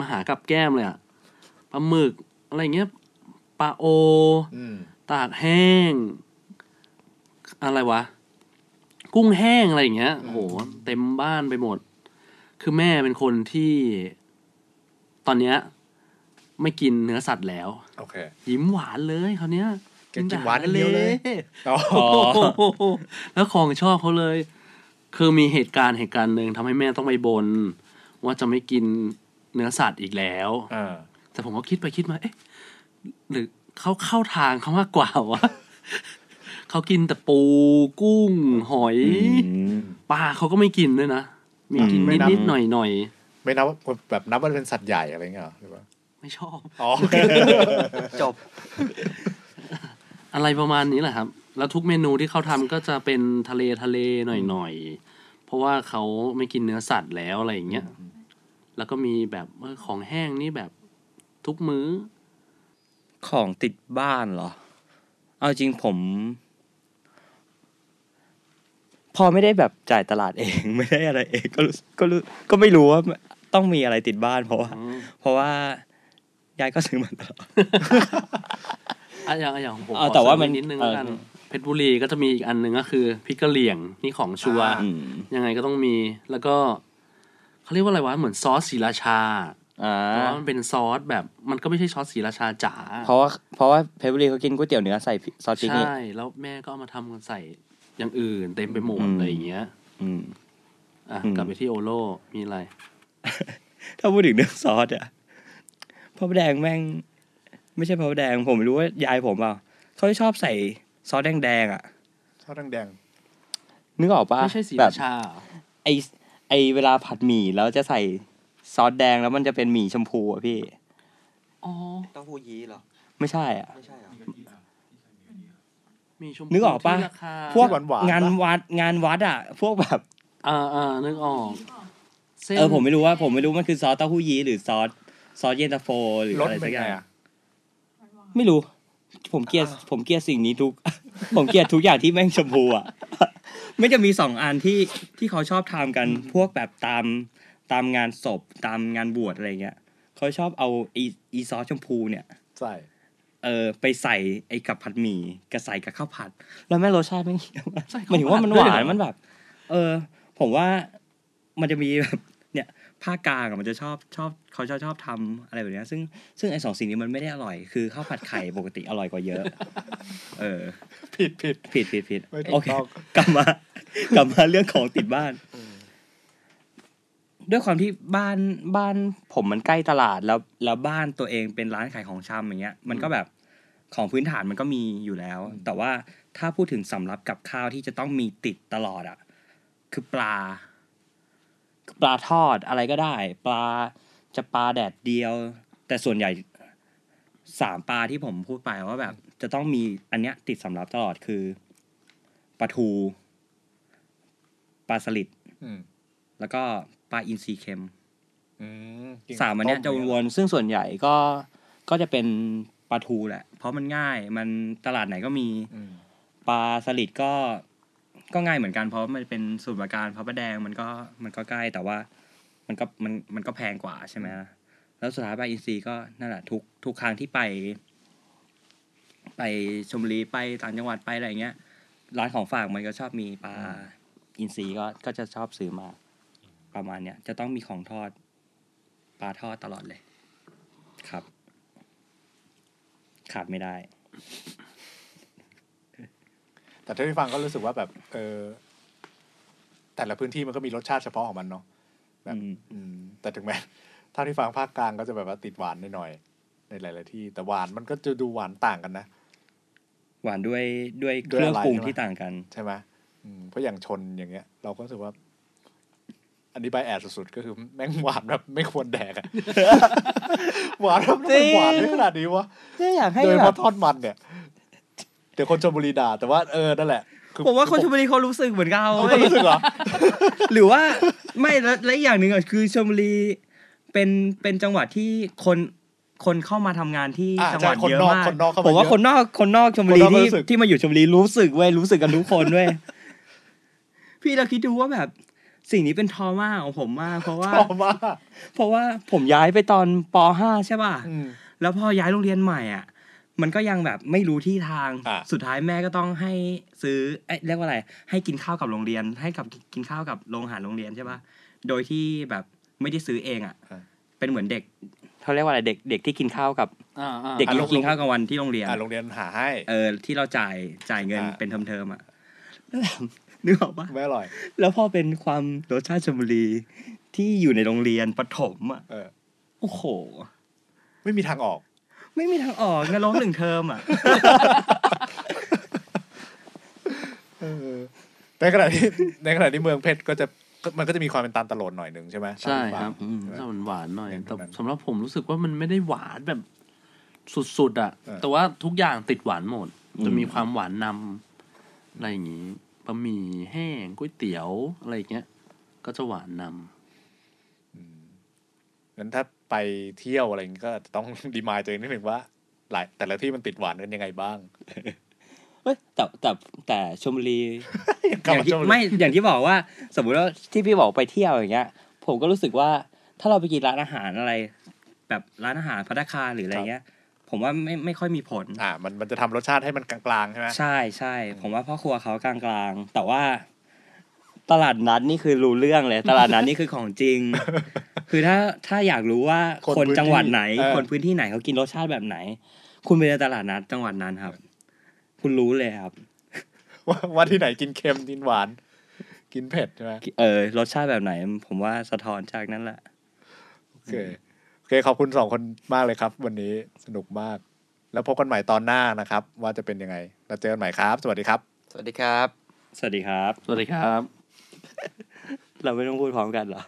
D: มหากับแก้มเลยอะปลาหมึกอะไรอย่างเงี้ยปลาโอ
B: อืม
D: ตากแห้ง อะไรวะ กุ้งแห้งอะไรอย่างเงี้ยโอ้โห เต็มบ้านไปหมด คือแม่เป็นคนที่ ตอนเนี้ย ไม่กินเนื้อสัตว์แล้ว
B: โอเค
D: ยิ้มหวานเลยคราวเนี้ย
B: แกกินหวานอย่างเดียวเลย อ๋อ
D: โอ้โหแล้วของชอบเขาเลย คือมีเหตุการณ์เหตุการณ์หนึ่งทำให้แม่ต้องไปบน ว่าจะไม่กินเนื้อสัตว์อีกแล้ว
B: อ่า
D: แต่ผมก็คิดไปคิดมา เอ๊ะ หรือเขาเข้าทางเขามากกว่าวะ เขากินแต่ปูกุ้ง หอยปลาเขาก็ไม่กินด้วยนะ มีกิน
C: ไม่
D: นิด
C: นับ
D: นิดๆหน่อยหน่อย
B: ไม่นับว่าแบบนับว่าเป็นสัตว์ใหญ่อะไรเงี้ยเหรอหรือว่า
D: ๆไม่ชอบ
B: อ๋อโอเค
E: จบ
D: อะไรประมาณนี้แหละครับ แล้วทุกเมนูที่เขาทำก็จะเป็นทะเลทะเลหน่อยหน่อยๆเพราะว่าเขาไม่กินเนื้อสัตว์แล้วอะไรอย่างเงี้ย แล้วก็มีแบบเออของแห้งนี่แบบทุกมื้อ
C: ของติดบ้านเหรอ เอาจริงผม พอไม่ได้แบบจ่ายตลาดเอง [laughs] ไม่ได้อะไรเอง ก็รู้ก็รู้ก็ไม่รู้ว่าต้องมีอะไรติดบ้านเพราะว่า
D: อืม
C: เพราะว่ายายก็ซื้อมาตลอด
D: อะอย่างอย่างของผม
C: เอา
D: ขอ
C: แต่ว่า
D: เสริ
C: มัน
D: นิดนึง
C: เอ
D: แล้
C: อ
D: วกันเพชรบุรีก็จะมีอีกอันหนึ่งก็คือพริกกะเหรี่ยงนี่ของชัวร์
C: อืม
D: ยังไงก็ต้องมีแล้วก็เขาเรียกว่าอะไรวะเหมือนซอสศรีราชา
C: อ่า
D: แต่ว่ามันเป็นซอสแบบมันก็ไม่ใช่ซอสศรีราชาจ๋า
C: เพราะว่าเพราะว่าเพชรบุรีเขากินก๋วยเตี๋ยวเนื้อใส่พริกซอสพริกนี่
D: ใช่ แล้วแม่ก็เอามาทำกันใส่อย่างอื่น เต็มไปหมด
C: อืม
D: อะไรอย่างเงี้ย
C: อืม
D: อ่ะ
C: อืม
D: กลับไปที่โอโลมีอะไร
C: ถ้าพูดถึงเรื่องซอสอะพระประแดงแม่ง ไม่ใช่พระประแดง ผมไม่รู้ว่ายายผมเปล่าเขาชอบใส่ซอสแดงๆอะ
B: ชอบแดง
C: นึกออกปะ
D: ไม่ใช่ศรี
C: แบ
D: รา
C: บ
D: ชาเหรอ
C: ไอไอเวลาผัดหมี่แล้วจะใส่ซอสแดงแล้วมันจะเป็นหมี่ชมพูอ่ะพี่
D: อ๋อ
E: เต้องพูดยี้เหรอ
C: ไม่ใช่อ่ะ
E: ไม่ใช่เหรอ
D: มีชมพู
C: นึกออกปะ
D: ที่ราคา
B: ๆพวกหวานหวาน
C: งานวัดงานวัดอ่ะ พวกแบบ
D: อ่าอ่านึกออกส้น
C: เออผมไม่รู้ว่า ผมไม่รู้มันคือซอสเต้าหู้ยี้หรือซอสซอสเย็นตาโฟหรือ
B: รส
C: อะไร
B: เป็
C: สั
B: น
C: กอ
B: ไง
C: ย่าง
B: อ่ะ
C: ไม่รู้ ผมเกลียดผมเกลียดสิ่งนี้ทุก [laughs] ผมเกลียดทุกอย่างที่แม่งชมพูอ่ะ [laughs] ไม่จะมีสองอันที่ที่เขาชอบทำกันพวกแบบตามตามงานศพตามงานบวชอะไรเงี้ยเขาชอบเอาไออีซอสชมพูเนี่ย
B: ใส่
C: เออไปใส่ไอ้กับผัดหมี่กับใส่กับข้าวผัด แล้วแม่งรสชาติไม่เหี้ยมาก
D: ใส่
C: [laughs] ห
D: ข้าวผัด
C: มายถึงว่ามัน
D: ด้
C: ห
D: วยเหรอ
C: วานมันแบบ เออ ผมว่ามันจะมีแบบ เนี่ยภาคกลางอะมันจะชอบชอบเขาจะชอบทำอะไรแบบเนี้ยซึ่งซึ่งไอ้สองสิ่งนี้มันไม่ได้อร่อยคือข้าวผัดไข่ ปกติอร่อยกว่าเยอะ เออ
B: ผิดผิด
C: ผิดผิดผิด
B: ไม่ถูก
C: โอเค
B: ต้อง
C: กลับมากลับมาเรื่องของติดบ้าน ด้วยความที่บ้านบ้านผมมันใกล้ตลาดแล้วแล้วบ้านตัวเองเป็นร้านขายของชำอย่างเงี้ย มันก็แบบของพื้นฐานมันก็มีอยู่แล้ว แต่ว่าถ้าพูดถึงสำรับกับข้าวที่จะต้องมีติดตลอดอ่ะ คือปลา ปลาทอดอะไรก็ได้ ปลาจะปลาแดดเดียว แต่ส่วนใหญ่สามปลาที่ผมพูดไปว่าแบบ จะต้องมีอันเนี้ย ติดสำรับตลอดคือปลาทูปลาสลิด
B: ๆอืม
C: แล้วก็ปลาอินทรีเค็ม
B: อืมกิ
C: สามอันเนี้ยจะวนๆซึ่งส่วนใหญ่ก็ก็จะเป็นปลาทูแหละ เพราะมันง่ายมันตลาดไหนก็มี
B: อืม
C: ปลาสลิดก็ก็ง่ายเหมือนกันเพราะมันเป็นสูตรประการพระประแดงมันก็มันก็ใกล้แต่ว่ามันก็มันมันก็แพงกว่าใช่ไหมแล้วสุดท้ายปลาอินทรีก็นั่นแหละทุกทุกครั้งที่ไป ไปชมบุรีไปต่างจังหวัดไปอะไรอย่างเงี้ย ร้านของฝากมันก็ชอบมีปลาอินทรีก็ก็จะชอบซื้อมา ประมาณเนี้ยจะต้องมีของทอด ปลาทอดตลอดเลย ครับ ขาดไม่ได้
B: แต่ถ้าที่ฟังก็รู้สึกว่าแบบ เออ แต่ละพื้นที่มันก็มีรสชาติเฉพาะของมันเนาะ แบบ
C: อืม
B: อืมแต่ถึงแม้ [laughs] เท่าที่ฟังภาคกลางก็จะแบบว่าติดหวานหน่อยๆในหลายๆที่ แต่หวานมันก็จะดูหวานต่างกันนะ
C: หวานด้วยด้วยเค
B: ด้วย
C: รื่
B: อะไร
C: องปรุง
B: ใช่ไหม
C: ที่ต่างกัน
B: ใช่ไหมอืมเพราะอย่างชนอย่างเงี้ย เราก็รู้สึกว่า อันนี้ใบแอดสุดๆ ก็คือแม่งหวานแบบไม่ควรแดกอะ [laughs] หวานแบบ
C: จริ
B: มัน
C: ง
B: หวานได้ขนาดนี้วะ
C: อยากให้
B: โดยเฉ
C: แบ
B: พาะ
C: บ
B: ทอดมันเนี่ยเดี๋ยวคนชมบุรีด่าแต่ว่าเออนั่นแหละ คือ
C: ผมว่าคนชลบุรีเขารู้สึกเหมือนเรา
B: เขาจะรู้สึกเหรอ
C: หรือว่า [laughs] ไม่แล้วและอีกอย่างหนึ่งอะคือชลบุรีเป็นเป็นจังหวัดที่คนคนเข้ามาทำงานที่
B: อ่า
C: จังหวัด
B: ใช่คน
C: เยอะ
B: นอก
C: มาก
B: คนนอกเข้ามา
C: ผมว่า
B: เยอะ
C: คนนอกคนนอกชลบุรี
B: คนนอกก็
C: ที่
B: รู้สึก
C: ที่มาอยู่ชลบุรีรู้สึกเว้ยรู้สึกกันทุกคนเว้ย [laughs] พี่เราคิดดูว่าแบบสิ่งนี้เป็นทอมาของผมมากเพราะว่า
B: ชอบมาก
C: เพราะว่าผมย้ายไปตอนป .5 ใช่ป่ะ
B: อืม
C: แล้วพอย้ายโรงเรียนใหม่อ่ะ มันก็ยังแบบไม่รู้ที่ทาง
B: อ่ะ
C: สุดท้ายแม่ก็ต้องให้ซื้อเอ้ยเรียกว่าอะไร ให้กินข้าวกับโรงเรียน ให้กับกินข้าวกับโรงอาหารโรงเรียนใช่ป่ะ โดยที่แบบไม่ได้ซื้อเองอ่ะ เป็นเหมือนเด็กเขาเรียกว่าอะไรเด็กเด็กที่กินข้าวกับ
D: อ่าอ่า
C: เด็กที่กินข้าวกลางวันที่โรงเรียน
B: อ่าโรงเรียนหาให้
C: เออที่เราจ่ายจ่ายเงิน
B: อ่ะ
C: เป็นเทอมๆอ่ะแล้วแบบนึกออกปะ
B: ไม่อร่อย
C: แล้วพอเป็นความรสชาติชลบุรีที่อยู่ในโรงเรียนประถมอ่ะ
B: เออ
C: โอ้โห
B: ไม่มีทางออก
C: ไม่มีทางออกนรกหนึ่งเทอมอ่ะ
B: เออในขณะที่ [laughs] ในขณะที่เมืองเพชรก็จะก็มันก็จะมีความเป็นตาลตะโหลดหน่อยหนึ่งใช่ไหม
D: ใช่
B: ตามที่
D: ค
B: ฟัง
D: รับถ้ามันหวานหน่อย
B: เน้น
D: แต่
B: ตรงนั้น
D: สำหรับผมรู้สึกว่ามันไม่ได้หวานแบบสุดๆอ่ะ
B: เออ
D: แต่ว่าทุกอย่างติดหวานหมด
C: อืม
D: จะมีความหวานนำอะไรอย่างงี้บะหมี่แห้งก๋วยเตี๋ยวอะไรอย่างเงี้ย ก็จะหวานนำ
B: งั้นถ้าไปเที่ยวอะไรอย่างงี้ก็จะต้อง [laughs] ดีมายตัวเองนิดหนึ่งว่า หลายแต่ละที่มันติดหวานกันยังไงบ้าง
C: เอ้ยแต่แต่แต่ชลบุรี
B: อย่าง
C: [laughs] อย่างที่
B: ที่
C: ไม่อย่างที่บอกว่า สมมุติว่าที่พี่บอกไปเที่ยวอย่างเงี้ย ผมก็รู้สึกว่าถ้าเราไปกินร้านอาหารอะไร แบบร้านอาหารพัตตาคารหรืออะไรเงี้ย ผมว่าไม่ไม่ค่อยมีผล
B: อ่า มันมันจะทำรสชาติให้มันกลางๆใช่ไหม
C: ใช่ใช่ผมว่าพ่อครัวเขากลางๆ แต่ว่าตลาดนัดนี่คือรู้เรื่องเลย ตลาดนัดนี่คือของ [laughs] จริง คือถ้าถ้าอยากรู้ว่าคนจังหวัดไหน คนพื้นที่ไหนเขากินรสชาติแบบไหน คุณไปในตลาดนัดจังหวัดนั้นครับ คุณรู้เลยครับ
B: [laughs] ว่าว่าที่ไหนกินเค็มกินหวาน กินเผ็ดใช่ไหม
C: เออรสชาติแบบไหน ผมว่าสะท้อนจากนั้นแหละ
B: โอเคโอเคขอบคุณสองคนมากเลยครับ วันนี้สนุกมาก แล้วพบกันใหม่ตอนหน้านะครับ ว่าจะเป็นยังไงแล้วเจอกันใหม่ครับ สวัสดีครับ
E: สวัสดีครับ
C: สวัสดีครับ
D: สวัสดีครับ
C: เราไม่ต้องพูดพร้อมกันเหรอ